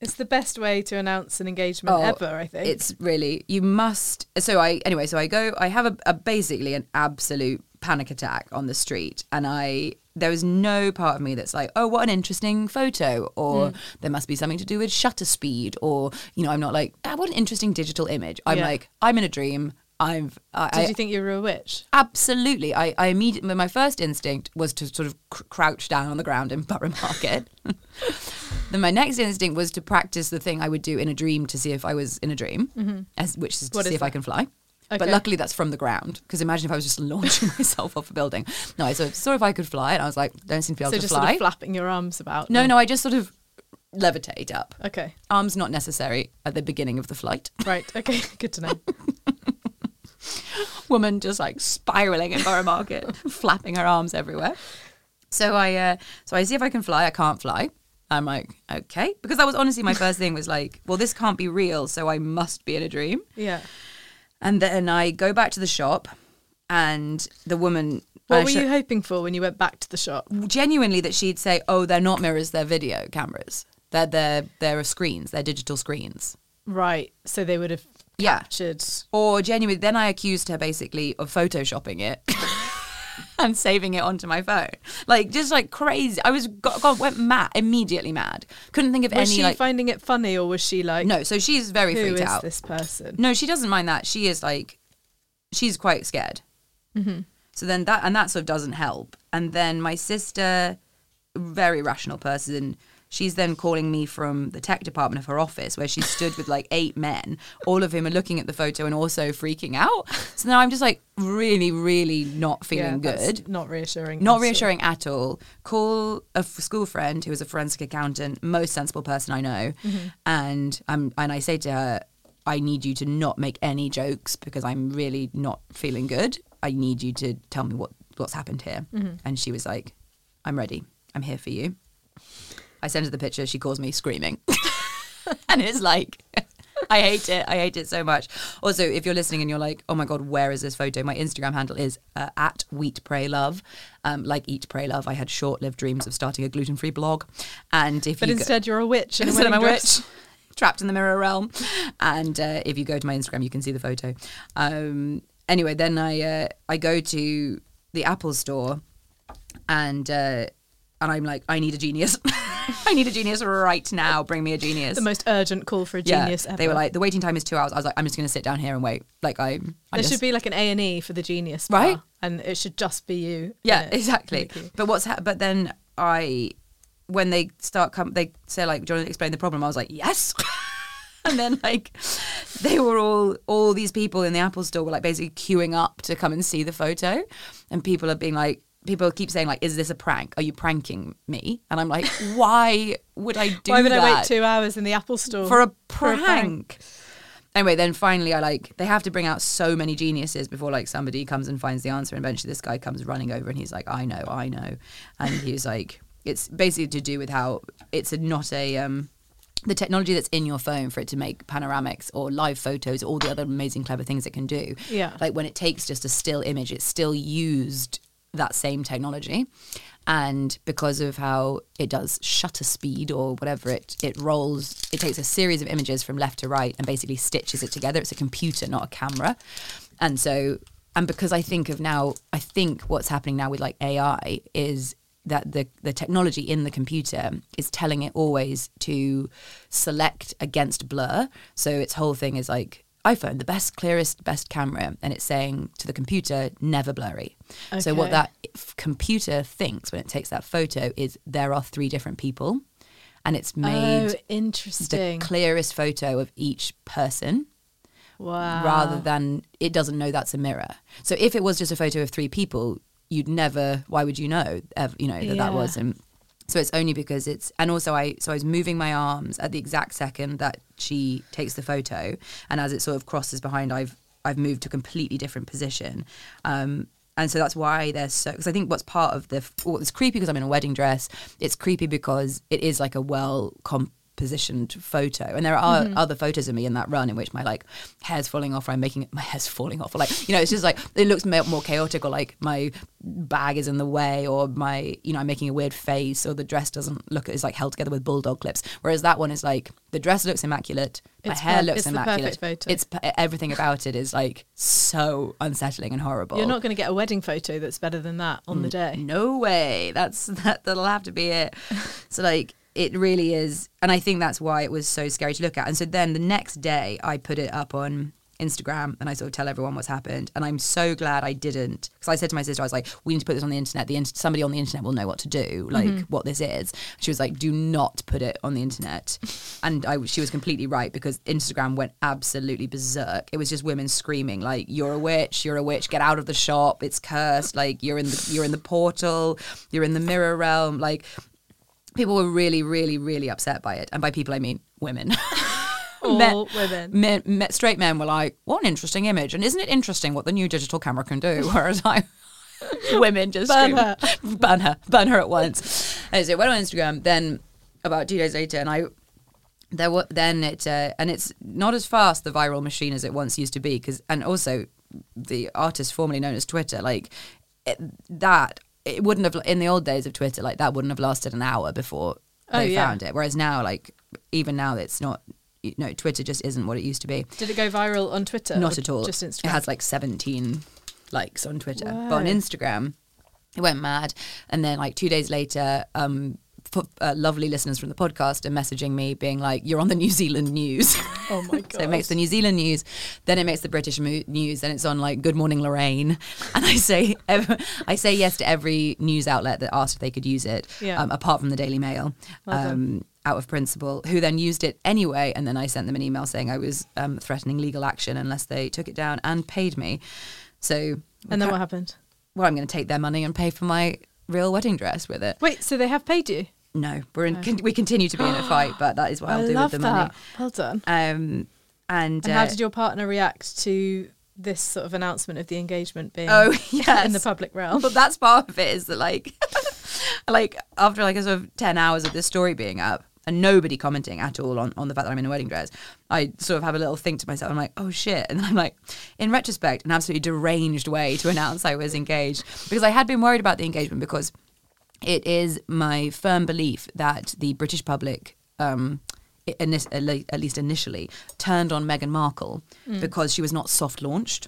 it's the best way to announce an engagement ever. I think Oh, it's really you must. So I anyway. So I go. I have a, a basically an absolute panic attack on the street, and I there is no part of me that's like, oh, what an interesting photo, or Hmm. there must be something to do with shutter speed, or you know, I'm not like, ah, what an interesting digital image. I'm Yeah. like, I'm in a dream. I've. I, Did I- you think you were a witch? Absolutely. I, I immediately, my first instinct was to sort of cr- crouch down on the ground in Borough Market. then my next instinct was to practice the thing I would do in a dream to see if I was in a dream, as, which is to Mm-hmm. What see is if I that? can fly. Okay. But luckily, that's from the ground. Because imagine if I was just launching myself off a building. No, I sort of saw if I could fly, and I was like, don't seem to be able So to just fly. sort of flapping your arms about. no, no, I just sort of levitate up. Okay. Arms not necessary at the beginning of the flight. Right. Okay. Good to know. woman just like spiraling in Borough Market, flapping her arms everywhere. So I, uh, so I see if I can fly. I can't fly. I'm like, okay, because that was honestly my first thing was like, well, this can't be real, so I must be in a dream. Yeah. And then I go back to the shop, and the woman. What I were sho- you hoping for when you went back to the shop? genuinely that she'd say, "Oh, they're not mirrors; they're video cameras. They're they're they're screens. They're digital screens." Right. So they would have Yeah. captured. Or genuinely, then I accused her basically of photoshopping it and saving it onto my phone. Like just like crazy. I was got, got went mad immediately mad. Couldn't think of Was any she like finding it funny or was she like, no. So she's very who freaked is out. this person? No, she doesn't mind that. She is like, she's quite scared. So then that and that sort of doesn't help. And then my sister, very rational person, She's then calling me from the tech department of her office where she stood with like eight men, all of whom are looking at the photo and also freaking out. So now I'm just like really, really not feeling good. Not reassuring. Not at all. reassuring at all. Call a f- school friend who is a forensic accountant, most sensible person I know, Mm-hmm. and I'm and I say to her, I need you to not make any jokes because I'm really not feeling good. I need you to tell me what what's happened here. Mm-hmm. And she was like, I'm ready. I'm here for you. I send her the picture. She calls me screaming, and it's like. I hate it. I hate it so much. Also, if you're listening and you're like, "Oh my god, where is this photo?" My Instagram handle is uh, at Wheat Pray Love. Um, like Eat Pray Love, I had short-lived dreams of starting a gluten-free blog, and if But you go- instead, you're a witch. in a instead I'm a wedding witch, dress. trapped in the mirror realm. And uh, if you go to my Instagram, you can see the photo. Um, anyway, then I uh, I go to the Apple store, and uh, and I'm like, I need a genius. I need a genius right now. Bring me a genius. The most urgent call for a genius ever. They were like, the waiting time is two hours. I was like, I'm just going to sit down here and wait. Like I, I there just, should be like an A and E for the genius, bar, Right? And it should just be you. yeah, in it. exactly. But what's ha- but then I, when they start come, they say like, "Do you want to explain the problem?" I was like, "Yes." and then like, they were all all these people in the Apple store were like basically queuing up to come and see the photo, and people are being like. People keep saying like, "Is this a prank? Are you pranking me?" And I'm like, "Why would I do Why would I wait that?" two hours in the Apple store for a for prank. Anyway, then finally, I like they have to bring out so many geniuses before like somebody comes and finds the answer. And eventually, this guy comes running over and he's like, "I know, I know," and he's like, "It's basically to do with how it's a, not a um." The technology that's in your phone for it to make panoramics or live photos, all the other amazing, clever things it can do. Yeah. Like when it takes just a still image, it's still used that same technology. And because of how it does shutter speed or whatever, it, it rolls, it takes a series of images from left to right and basically stitches it together. It's a computer, not a camera. And so, and because I think of now, I think what's happening now with like AI is that the, the technology in the computer is telling it always to select against blur. So its whole thing is like iPhone, the best, clearest, best camera, and it's saying to the computer, never blurry. So what Okay. that f- computer thinks when it takes that photo is there are three different people, and it's Oh, made the interesting. clearest photo of each person wow. rather than it doesn't know that's a mirror. So if it was just a photo of three people, you'd never. Why would you know? Ever, you know that Yeah. that wasn't. So it's only because it's and also I so I was moving my arms at the exact second that she takes the photo, and as it sort of crosses behind, I've I've moved to a completely different position. Um, and so that's why they're so because I think what's part of the well, it's creepy because I'm in a wedding dress. It's creepy because it is like a well compositioned photo, and there are Mm-hmm. other photos of me in that run in which my like hair's falling off, or I'm making it, my hair's falling off, or like you know, it's just like it looks mo- more chaotic, or like my bag is in the way, or my you know, I'm making a weird face, or the dress doesn't look it's like held together with bulldog clips. Whereas that one is like the dress looks immaculate, my It's hair per- looks it's the perfect immaculate. photo. It's p- everything about it is like so unsettling and horrible. You're not going to get a wedding photo that's better than that on Mm, the day. No way. That's that. That'll have to be it. So like, it really is, and I think that's why it was so scary to look at. And so then the next day, I put it up on Instagram, and I sort of tell everyone what's happened. And I'm so glad I didn't, because I said to my sister, I was like, "We need to put this on the internet. The in- somebody on the internet will know what to do, like what this is." She was like, "Do not put it on the internet," and I, she was completely right because Instagram went absolutely berserk. It was just women screaming like, "You're a witch! You're a witch! Get out of the shop! It's cursed! Like you're in the you're in the portal! You're in the mirror realm!" Like people were really, really, really upset by it, and by people I mean women. mm. All women. Men, men, straight men were like, "What an interesting image!" And isn't it interesting what the new digital camera can do? Whereas I, women just Burn scream, her. burn her, burn her at once. And so it went on Instagram. Then about two days later, and I there were then it uh, and it's not as fast the viral machine as it once used to be because and also the artist formerly known as Twitter like it, that it wouldn't have in the old days of Twitter like that wouldn't have lasted an hour before Oh, they yeah. found it whereas now like even now it's not you know Twitter just isn't what it used to be Did it go viral on Twitter? not or at all. Uh, Just It Instagram. has like 17 likes on Twitter, but on Instagram, it went mad. And then like two days later, um, f- uh, lovely listeners from the podcast are messaging me being like, you're on the New Zealand news. Oh my so it makes gosh. the New Zealand news, then it makes the British mo- news, and it's on like Good Morning Lorraine. And I say, ev- I say yes to every news outlet that asked if they could use it, Yeah. um, apart from the Daily Mail. um, out of principle, who then used it anyway, and then I sent them an email saying I was um, threatening legal action unless they took it down and paid me. So And then what happened? well, I'm going to take their money and pay for my real wedding dress with it. Wait, so they have paid you? No, we're in. Con- we continue to be in a fight, but that is what I'll do with the money. Well done. Um, and, And how uh, did your partner react to this sort of announcement of the engagement being Oh, in the yes. public realm? But that's part of it is that like, like after like a sort of ten hours of this story being up and nobody commenting at all on, on the fact that I'm in a wedding dress, I sort of have a little think to myself. I'm like, oh shit, and then I'm like, in retrospect, an absolutely deranged way to announce I was engaged because I had been worried about the engagement because it is my firm belief that the British public. Um, i- inis- at le- at least initially, turned on Meghan Markle because she was not soft launched.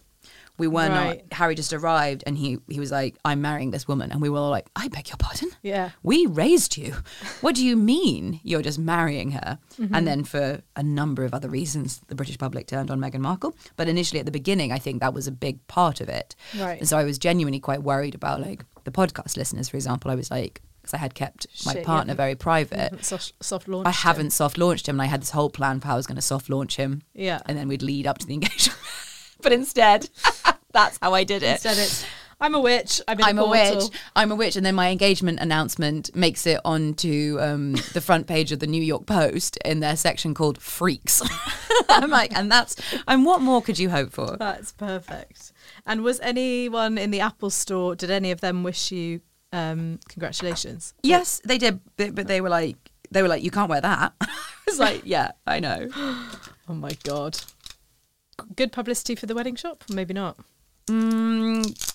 We were Mm. Right. not Harry just arrived and he he was like, I'm marrying this woman. And we were all like, I beg your pardon? Yeah. We raised you. What do you mean you're just marrying her? Mm-hmm. And then for a number of other reasons, the British public turned on Meghan Markle. But initially at the beginning, I think that was a big part of it. Right. And so I was genuinely quite worried about like the podcast listeners, for example. I was like, because I had kept my Shit, Mm-hmm. you partner haven't- very private. soft, soft launch. I haven't soft launched him, and I had this whole plan for how I was going to soft launch him. Yeah. and then we'd lead up to the engagement. but instead, that's how I did it. Instead, it's I'm a witch. I'm, in I'm a portal." witch. I'm a witch, and then my engagement announcement makes it onto um, the front page of the New York Post in their section called "Freaks." I'm like, and that's and what more could you hope for? That's perfect. And was anyone in the Apple store? Did any of them wish you um, congratulations? Yes, they did, but, but they were like, they were like, you can't wear that. I was like, yeah, I know. Oh my god. Good publicity for the wedding shop? Maybe not.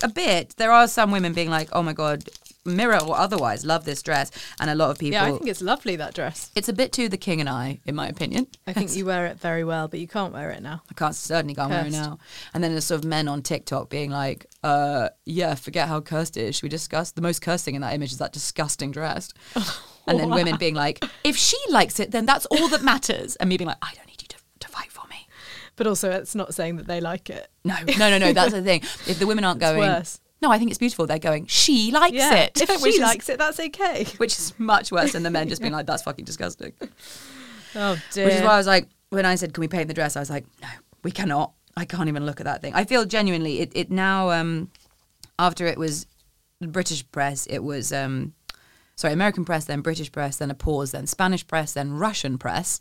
a bit. There are some women being like, "Oh my god, mirror or otherwise, love this dress," and a lot of people. Yeah, I think it's lovely that dress. it's a bit too the king and I, in my opinion. I think you wear it very well, but you can't wear it now. I can't certainly can't wear it Cursed. now. And then there's sort of men on TikTok being like, uh, "Yeah, forget how cursed it is. Should we discuss the most cursing in that image is that disgusting dress?" and then women being like, "If she likes it, then that's all that matters." And me being like, "I don't need you to, to fight for me." But also, it's not saying that they like it. No, no, no, no. That's the thing. If the women aren't going, worse. no, I think it's beautiful. They're going. She likes Yeah, it. if which she is- likes it, that's okay. which is much worse than the men just being like, "That's fucking disgusting." Oh dear. Which is why I was like, when I said, "Can we paint the dress?" I was like, "No, we cannot. I can't even look at that thing." I feel genuinely it. It now, um, after it was British press, it was um, sorry, American press, then British press, then a pause, then Spanish press, then Russian press,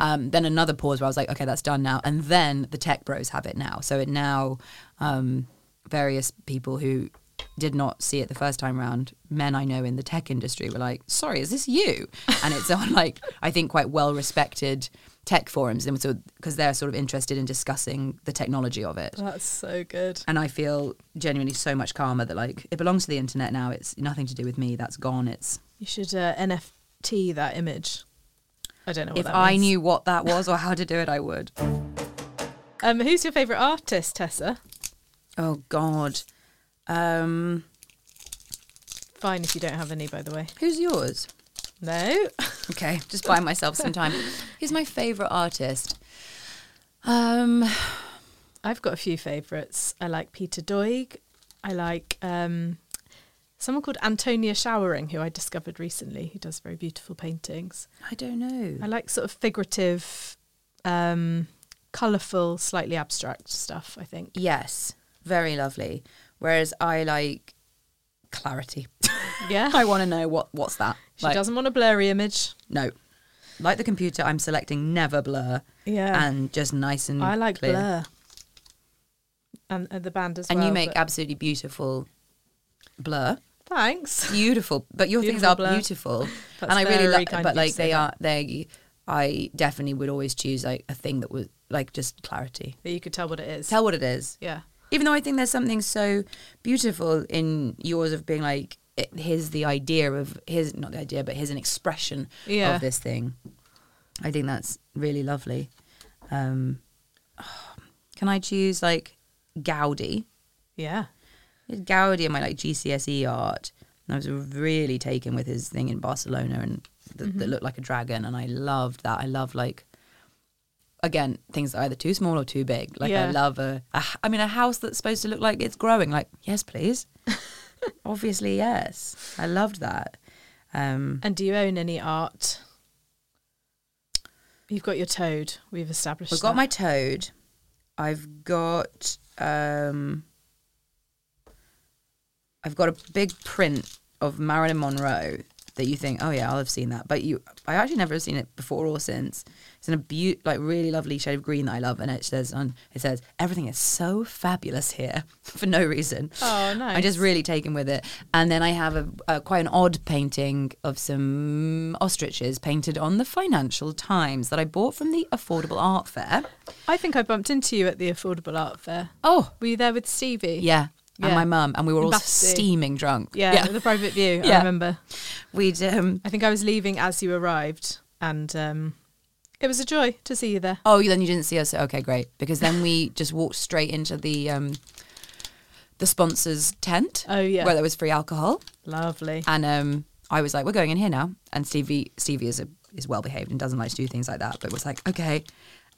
um, then another pause where I was like, "Okay, that's done now." And then the tech bros have it now. So it now, um, various people who did not see it the first time round. Men I know in the tech industry were like, "Sorry, is this you?" And it's on like I think quite well respected tech forums, and so because they're sort of interested in discussing the technology of it. That's so good. And I feel genuinely so much calmer that like it belongs to the internet now. It's nothing to do with me. That's gone. It's You should uh, NFT that image. I don't know what if that I means. knew what that was or how to do it, I would. Um, who's your favourite artist, Tessa? Oh God, um, Fine if you don't have any, by the way. who's yours? No. Okay, just buy myself some time. Who's my favorite artist? Um, I've got a few favourites. I like Peter Doig. I like um, someone called Antonia Showering, who I discovered recently, who does very beautiful paintings. I don't know. I like sort of figurative, um, colourful, slightly abstract stuff, I think. Yes, very lovely. Whereas I like clarity. Yeah. I want to know what what's that. She doesn't want a blurry image. No, like the computer, I'm selecting never blur. Yeah. and just nice and I like clear. Blur. And uh, the band as And well. you make but- absolutely beautiful blur. Thanks. beautiful, but your things Beautiful are blur. beautiful, That's and I really very like. kind But of you to like say they that. are they, I definitely would always choose like a thing that was like just clarity. But you could tell what it is. Tell what it is, yeah. even though I think there's something so beautiful in yours of being like it, here's the idea of here's not the idea, but here's an expression Yeah. of this thing. I think that's really lovely. Um, can I choose like Gaudi? Yeah. Gaudi in my like GCSE E art, And I was really taken with his thing in Barcelona and th- that looked like a dragon. And I loved that. I love like, again, things that are either too small or too big. Like Yeah. I love a, a, h- I mean, a house that's supposed to look like it's growing. Like, yes, please. Obviously, yes. I loved that. Um, And do you own any art? You've got your toad. We've established. I've got that. my toad. I've got um I've got a big print of Marilyn Monroe that you think, oh yeah, I'll have seen that. But you I actually never have seen it before or since. It's in a beaut like really lovely shade of green that I love and it says on it says, Everything is so fabulous here for no reason. Oh, I'm just really taken with it. And then I have a, a quite an odd painting of some ostriches painted on the Financial Times that I bought from the Affordable Art Fair. I think I bumped into you at the Affordable Art Fair. Oh, Were you there with Stevie? yeah. Yeah. And my mum, and we were all Basti. steaming drunk. Yeah, the private view. I Yeah. remember. We'd, um, I think I was leaving as you arrived, and um, it was a joy to see you there. oh, you- then you didn't see us. Okay, great. Because then we just walked straight into the, um, the sponsor's tent. Oh, yeah. Where there was free alcohol. Lovely. And um, I was like, "We're going in here now." And Stevie, Stevie is a, is well behaved and doesn't like to do things like that, but was like, "Okay."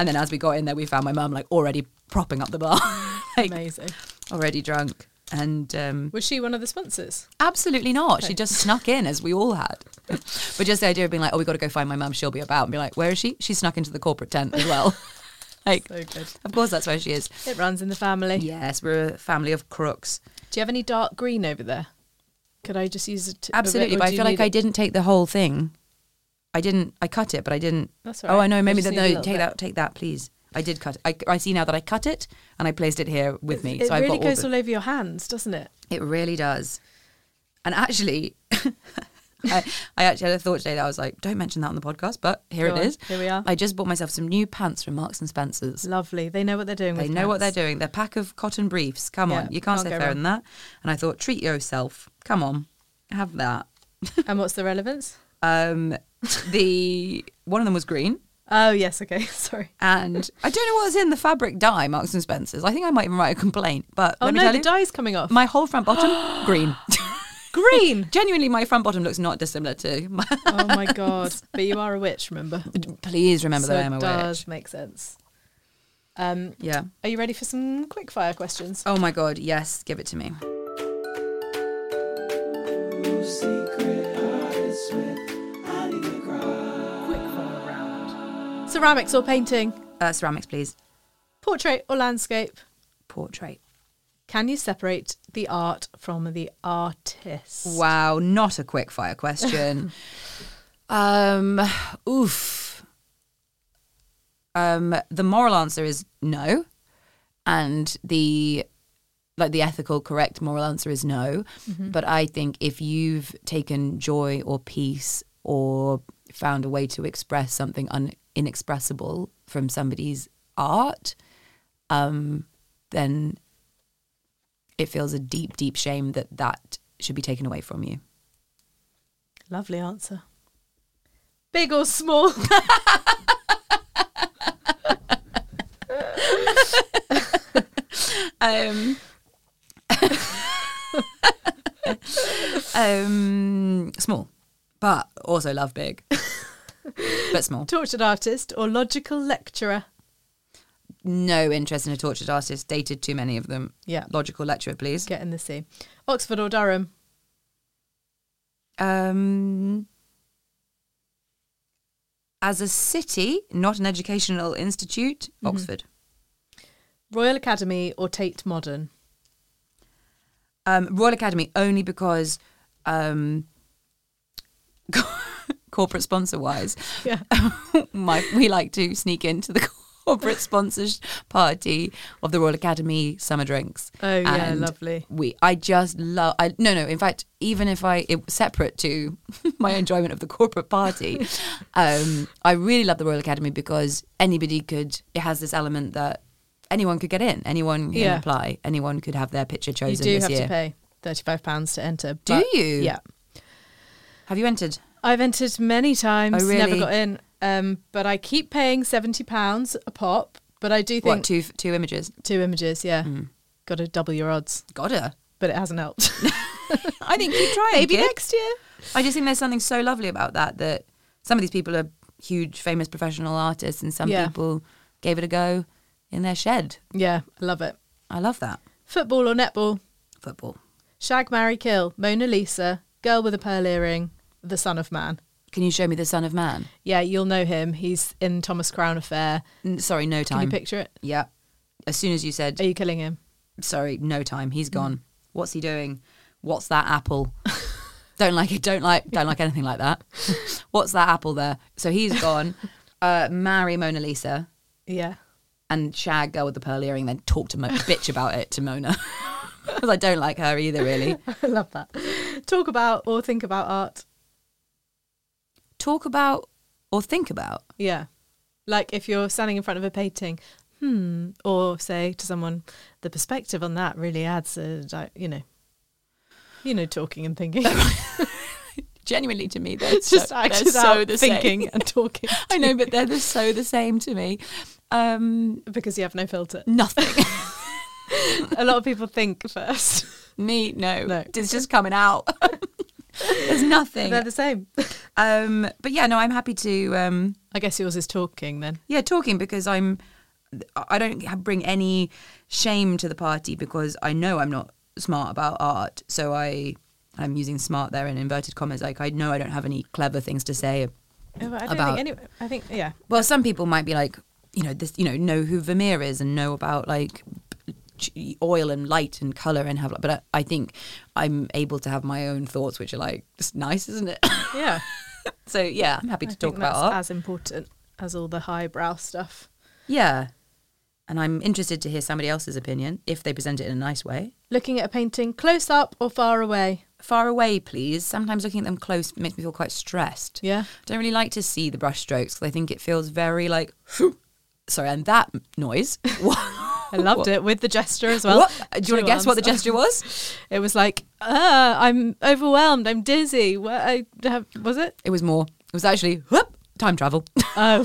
And then as we got in there, we found my mum like already propping up the bar, like Amazing. already drunk, and um, Was she one of the sponsors? absolutely not. She just snuck in as we all had. but just the idea of being like, "Oh, we got to go find my mum. She'll be about." And be like, "Where is she?" She snuck into the corporate tent as well. like, So good. of course, that's where she is. It runs in the family. Yes, we're a family of crooks. Do you have any dark green over there? Could I just use it? Absolutely, but I feel like I didn't take the whole thing. I didn't. I cut it, but I didn't. That's all Oh, right. I know. I Maybe just that. need a No, little take bit. that. Take that, please. I did cut. It. I, I see now that I cut it and I placed it here with me. It so I've really got goes all, all over your hands, doesn't it? the, It really does. And actually, I, I actually had a thought today that I was like, don't mention that on the podcast, but here Go it on, is. here we are. I just bought myself some new pants from Marks and Spencer's. Lovely. They know what they're doing. They with know what they're pants. doing. They're a pack of cotton briefs. Come Yeah, on, you can't, can't say go fairer than that. And I thought, treat yourself. Come on, have that. And what's the relevance? Um, the one of them was green, Oh yes. Okay. Sorry. and I don't know what was in the fabric dye. Marks and Spencers. I think I might even write a complaint. But Oh let me no, tell the you, dye's coming off. my whole front bottom green. green. Genuinely, my front bottom looks not dissimilar to. My, oh my god. But you are a witch, remember? please remember so that I am a it witch. does make sense. Um, Yeah. are you ready for some quick fire questions? Oh my god. Yes, give it to me. Quick fire round. Ceramics or painting? Uh, ceramics, please. Portrait or landscape? Portrait. Can you separate the art from the artist? Wow, not a quick fire question. um, oof. Um, the moral answer is no, and the like the ethical correct moral answer is no. But I think if you've taken joy or peace or found a way to express something un- inexpressible from somebody's art, um, then it feels a deep, deep shame that that should be taken away from you. Lovely answer. Big or small? Um, um, small, but also love big, but small. Tortured artist or logical lecturer? No interest in a tortured artist. Dated too many of them. Yeah. Logical lecturer, please. Get in the sea. Oxford or Durham? Um, as a city, not an educational institute, Oxford. Royal Academy or Tate Modern? um, Royal Academy only because um, corporate sponsor wise, Yeah. my, we like to sneak into the corporate sponsors party of the Royal Academy summer drinks. Oh, yeah, lovely. We, I just love. I no, no. In fact, even if I it, separate to my enjoyment of the corporate party, um, I really love the Royal Academy because anybody could. It has this element that. Anyone could get in. Anyone can Yeah. apply. Anyone could have their picture chosen You do this have year. to pay £35 to enter. Do but- you? Yeah. Have you entered? I've entered many times, Oh, never really? got in. Um, but I keep paying £70 a pop. But I do think What two Hmm. f- two images? two images, yeah. Got to double your odds. Gotta. But it hasn't helped. I think keep trying. Maybe kid. next year. I just think there's something so lovely about that that some of these people are huge, famous professional artists, and some Yeah. people gave it a go in their shed. Yeah, I love it. I love that Football or netball? football. Shag, marry, kill. Mona Lisa. Girl with a pearl earring. The Son of Man. Can you show me the Son of Man? Yeah, you'll know him. He's in Thomas Crown Affair. N- sorry, no Can time. you picture it? yeah. As soon as you said Are you Mm. killing him? sorry, no time. He's gone. What's he doing? What's that apple? don't like it. Don't like. Don't like anything like that. What's that apple there? So he's gone. Uh, marry Mona Lisa Yeah. and shag girl with the pearl earring. Then talk to Mo- bitch about it to Mona because I don't like her either. Really. I love that. Talk about or think about art. Talk about or think about. Yeah. Like if you're standing in front of a painting, hmm, or say to someone, the perspective on that really adds a, di- you know, you know, talking and thinking. Genuinely to me, that's just so, acted they're so out the thinking Same. and talking. I know, but they're the, so the same to me. Um, because you have no filter. nothing. A lot of people think first. me, no. No. It's just coming out. There's nothing. They're the same. Um, but yeah, no, I'm happy to. Um, I guess yours is talking then. yeah, talking because I'm. I don't ha- bring any shame to the party because I know I'm not smart about art. So I, I'm using smart there in inverted commas. Like I know I don't have any clever things to say. Oh, but I don't About- think any. I think yeah. Well, some people might be like, you know, this, you know, know who Vermeer is and know about like ch- oil and light and color and have. But I, I think I'm able to have my own thoughts, which are like, it's nice, isn't it? Yeah. so yeah, I'm happy to I talk think about that's art. as important as all the highbrow stuff. Yeah. And I'm interested to hear somebody else's opinion if they present it in a nice way. Looking at a painting close up or far away. Far away, please. Sometimes looking at them close makes me feel quite stressed. Yeah. Don't really like to see the brush strokes 'cause I think it feels very like, sorry, and that m- noise. What? I loved it with the gesture as well. What? Do you want Two to guess what the arms up. gesture was? It was like, ah, I'm overwhelmed. I'm dizzy. What I have, was it? It was more. It was actually whoop, time travel. Oh,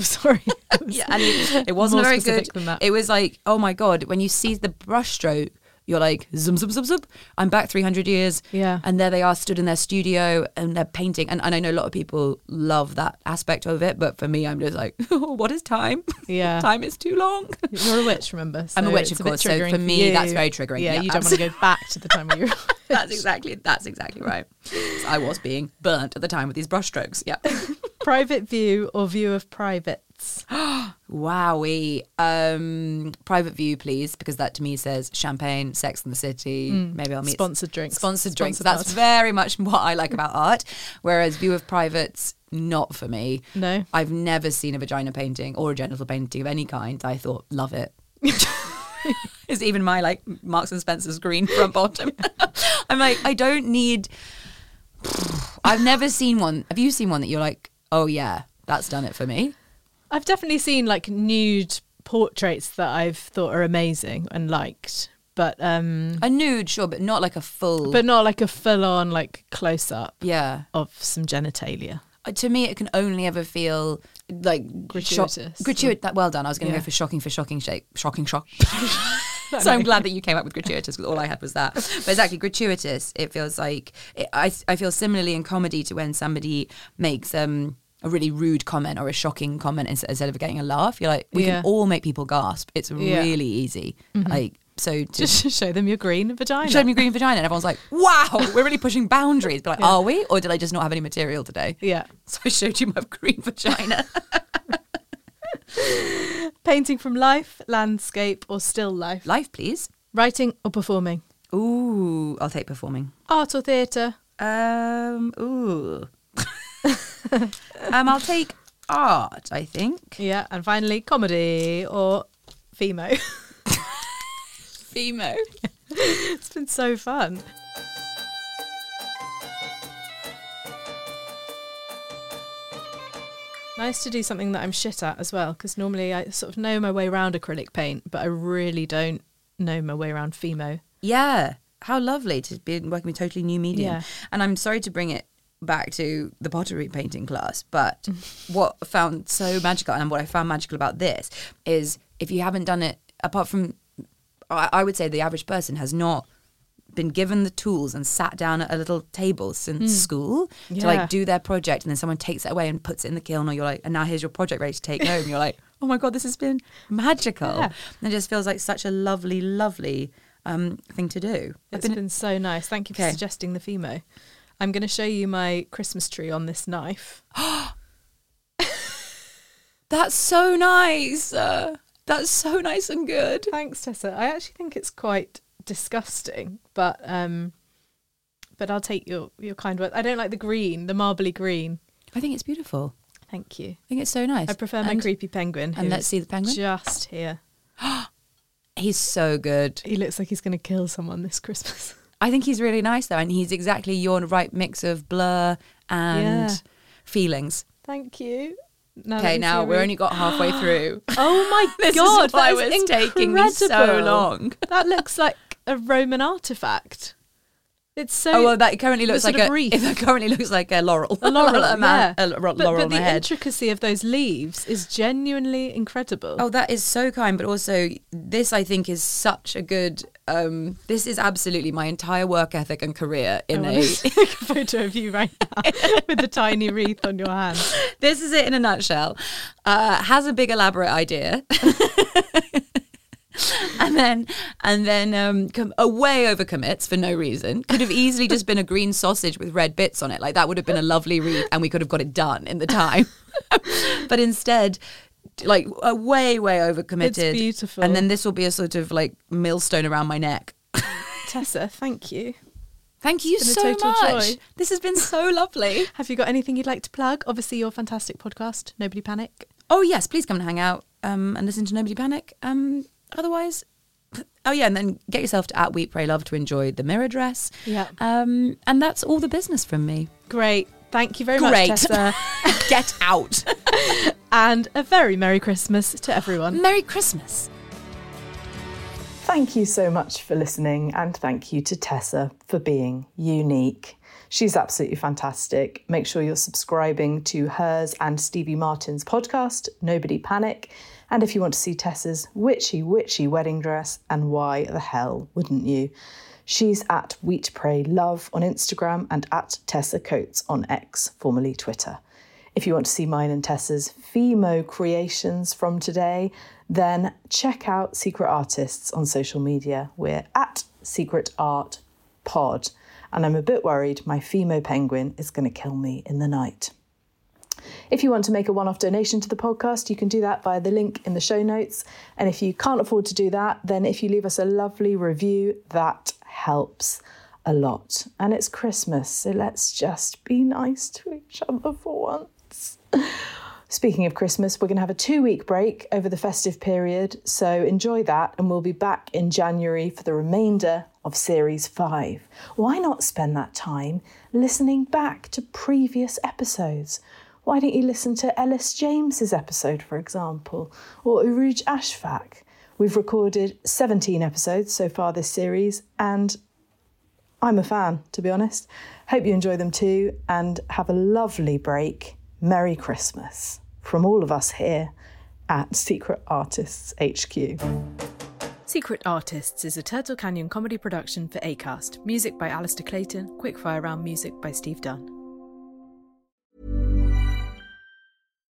sorry. yeah, and it, it wasn't More very specific good. than that. It was like, oh my god, when you see the brush stroke, you're like, zoom, zoom, zoom, zoom. I'm back 300 years. Yeah. And there they are, stood in their studio and they're painting. And, and I know a lot of people love that aspect of it, but for me, I'm just like, oh, what is time? Yeah. time is too long. You're a witch, remember? I'm a so witch, it's of bit course, so for triggering me, you. that's very triggering. Yeah, Yeah, you don't want to go back to the time where you're. that's exactly that's exactly right. So I was being burnt at the time with these brush strokes. Yeah. private view or view of privates. Wowie. Um, private view, please, because that to me says champagne, sex in the city. Maybe I'll meet Sponsored drinks. Sponsored drinks. Sponsored That's parties. very much what I like about art. Whereas view of privates, not for me. No. I've never seen a vagina painting or a genital painting of any kind. that I thought, love it. Is even my like Marks and Spencer's green front bottom. I'm like, I don't need. I've never seen one. Have you seen one that you're like, oh yeah, that's done it for me? I've definitely seen like nude portraits that I've thought are amazing and liked, but um, A nude, sure, but not like a full. but not like a full on like close up yeah, of some genitalia. Uh, to me, it can only ever feel like Gratuitous. gratuitous. That well done. I was going to Yeah. go for shocking for shocking shape, shocking shock. so I'm glad that you came up with gratuitous because all I had was that. But exactly, gratuitous. It feels like it, I. I feel similarly in comedy to when somebody makes um. A really rude comment or a shocking comment ins- instead of getting a laugh, you're like, we Yeah. can all make people gasp. It's Yeah. Mm-hmm. really easy. Like, so to Just show them your green vagina. showed me green vagina, and everyone's like, "Wow, we're really pushing boundaries." But like, are we, or did I just not have any material today? Yeah. So I showed you my green vagina. Painting from life, landscape, or still life. Life, please. Writing or performing. Ooh, I'll take performing. Art or theatre. Um, ooh. um, I'll take art. I think Yeah. And finally, comedy or Femo. Femo. it's been so fun. Nice to do something that I'm shit at as well, because normally I sort of know my way around acrylic paint, but I really don't know my way around Femo. Yeah. How lovely to be working with totally new medium. Yeah. And I'm sorry to bring it back to the pottery painting class, but what I found so magical and what I found magical about this is if you haven't done it, apart from, I, I would say the average person has not been given the tools and sat down at a little table since school to Hmm. Yeah. like do their project, and then someone takes it away and puts it in the kiln, or you're like, and now here's your project ready to take home. You're like, oh my god, this has been magical. And it just feels like such a lovely, lovely um, thing to do. I've It's been, so nice. Thank you for Okay. suggesting the Fimo. I'm going to show you my Christmas tree on this knife. That's so nice. Uh, that's so nice and good. Thanks, Tessa. I actually think it's quite disgusting, but um, but I'll take your your kind word. I don't like the green, the marbly green. I think it's beautiful. Thank you. I think it's so nice. I prefer my And creepy penguin. and let's who's see the penguin. Just here. He's so good. He looks like he's going to kill someone this Christmas. I think he's really nice though, and he's exactly your right mix of blur and Yeah. feelings. Thank you. Now let me okay, see now your we're re- only got halfway through. Oh my This is god! why that it's taking me so incredible. long. That looks like a Roman artifact. It's so. oh well, that currently the looks sort like of a wreath. that currently looks like a laurel, a Uh, laurel, a man, yeah. a lau- but, laurel but on the a head. intricacy of those leaves is genuinely incredible. Oh, that is so kind, but also this I think is such a good. Um, this is absolutely my entire work ethic and career in I a. want to take a photo of you right now with the tiny wreath on your hand. this is it in a nutshell. Uh, has a big elaborate idea. And then, and then, um, com- away overcommits for no reason. Could have easily just been a green sausage with red bits on it. Like that would have been a lovely wreath, and we could have got it done in the time. but instead, like a way, way overcommitted. beautiful. And then this will be a sort of like millstone around my neck. Tessa, thank you. Thank you It's so been a total much. joy. This has been so lovely. Have you got anything you'd like to plug? Obviously, your fantastic podcast, Nobody Panic. oh yes, please come and hang out um, and listen to Nobody Panic. Um, otherwise, oh yeah, and then get yourself to at Weep Pray Love to enjoy the mirror dress. Yeah. Um, and that's all the business from me. Great. Thank you very Great. much, Tessa. Get out. and a very Merry Christmas to everyone. Merry Christmas. Thank you so much for listening, and thank you to Tessa for being unique. She's absolutely fantastic. Make sure you're subscribing to hers and Stevie Martin's podcast, Nobody Panic. And if you want to see Tessa's witchy, witchy wedding dress, and why the hell wouldn't you? She's at Wheat Pray Love on Instagram and at Tessa Coates on X, formerly Twitter. If you want to see mine and Tessa's Fimo creations from today, then check out Secret Artists on social media. We're at Secret Art Pod. And I'm a bit worried my Fimo penguin is going to kill me in the night. If you want to make a one off donation to the podcast, you can do that via the link in the show notes. And if you can't afford to do that, then if you leave us a lovely review, that helps a lot. And it's Christmas, so let's just be nice to each other for once. Speaking of Christmas, we're going to have a two week break over the festive period, so enjoy that, and we'll be back in January for the remainder of Series 5. Why not spend that time listening back to previous episodes? Why don't you listen to Ellis James's episode, for example, or Uruj Ashfaq? We've recorded 17 episodes so far this series, and I'm a fan, to be honest. Hope you enjoy them too, and have a lovely break. Merry Christmas from all of us here at Secret Artists HQ. Secret Artists is a Turtle Canyon comedy production for ACAST. Music by Alistair Clayton, Quickfire Round music by Steve Dunn.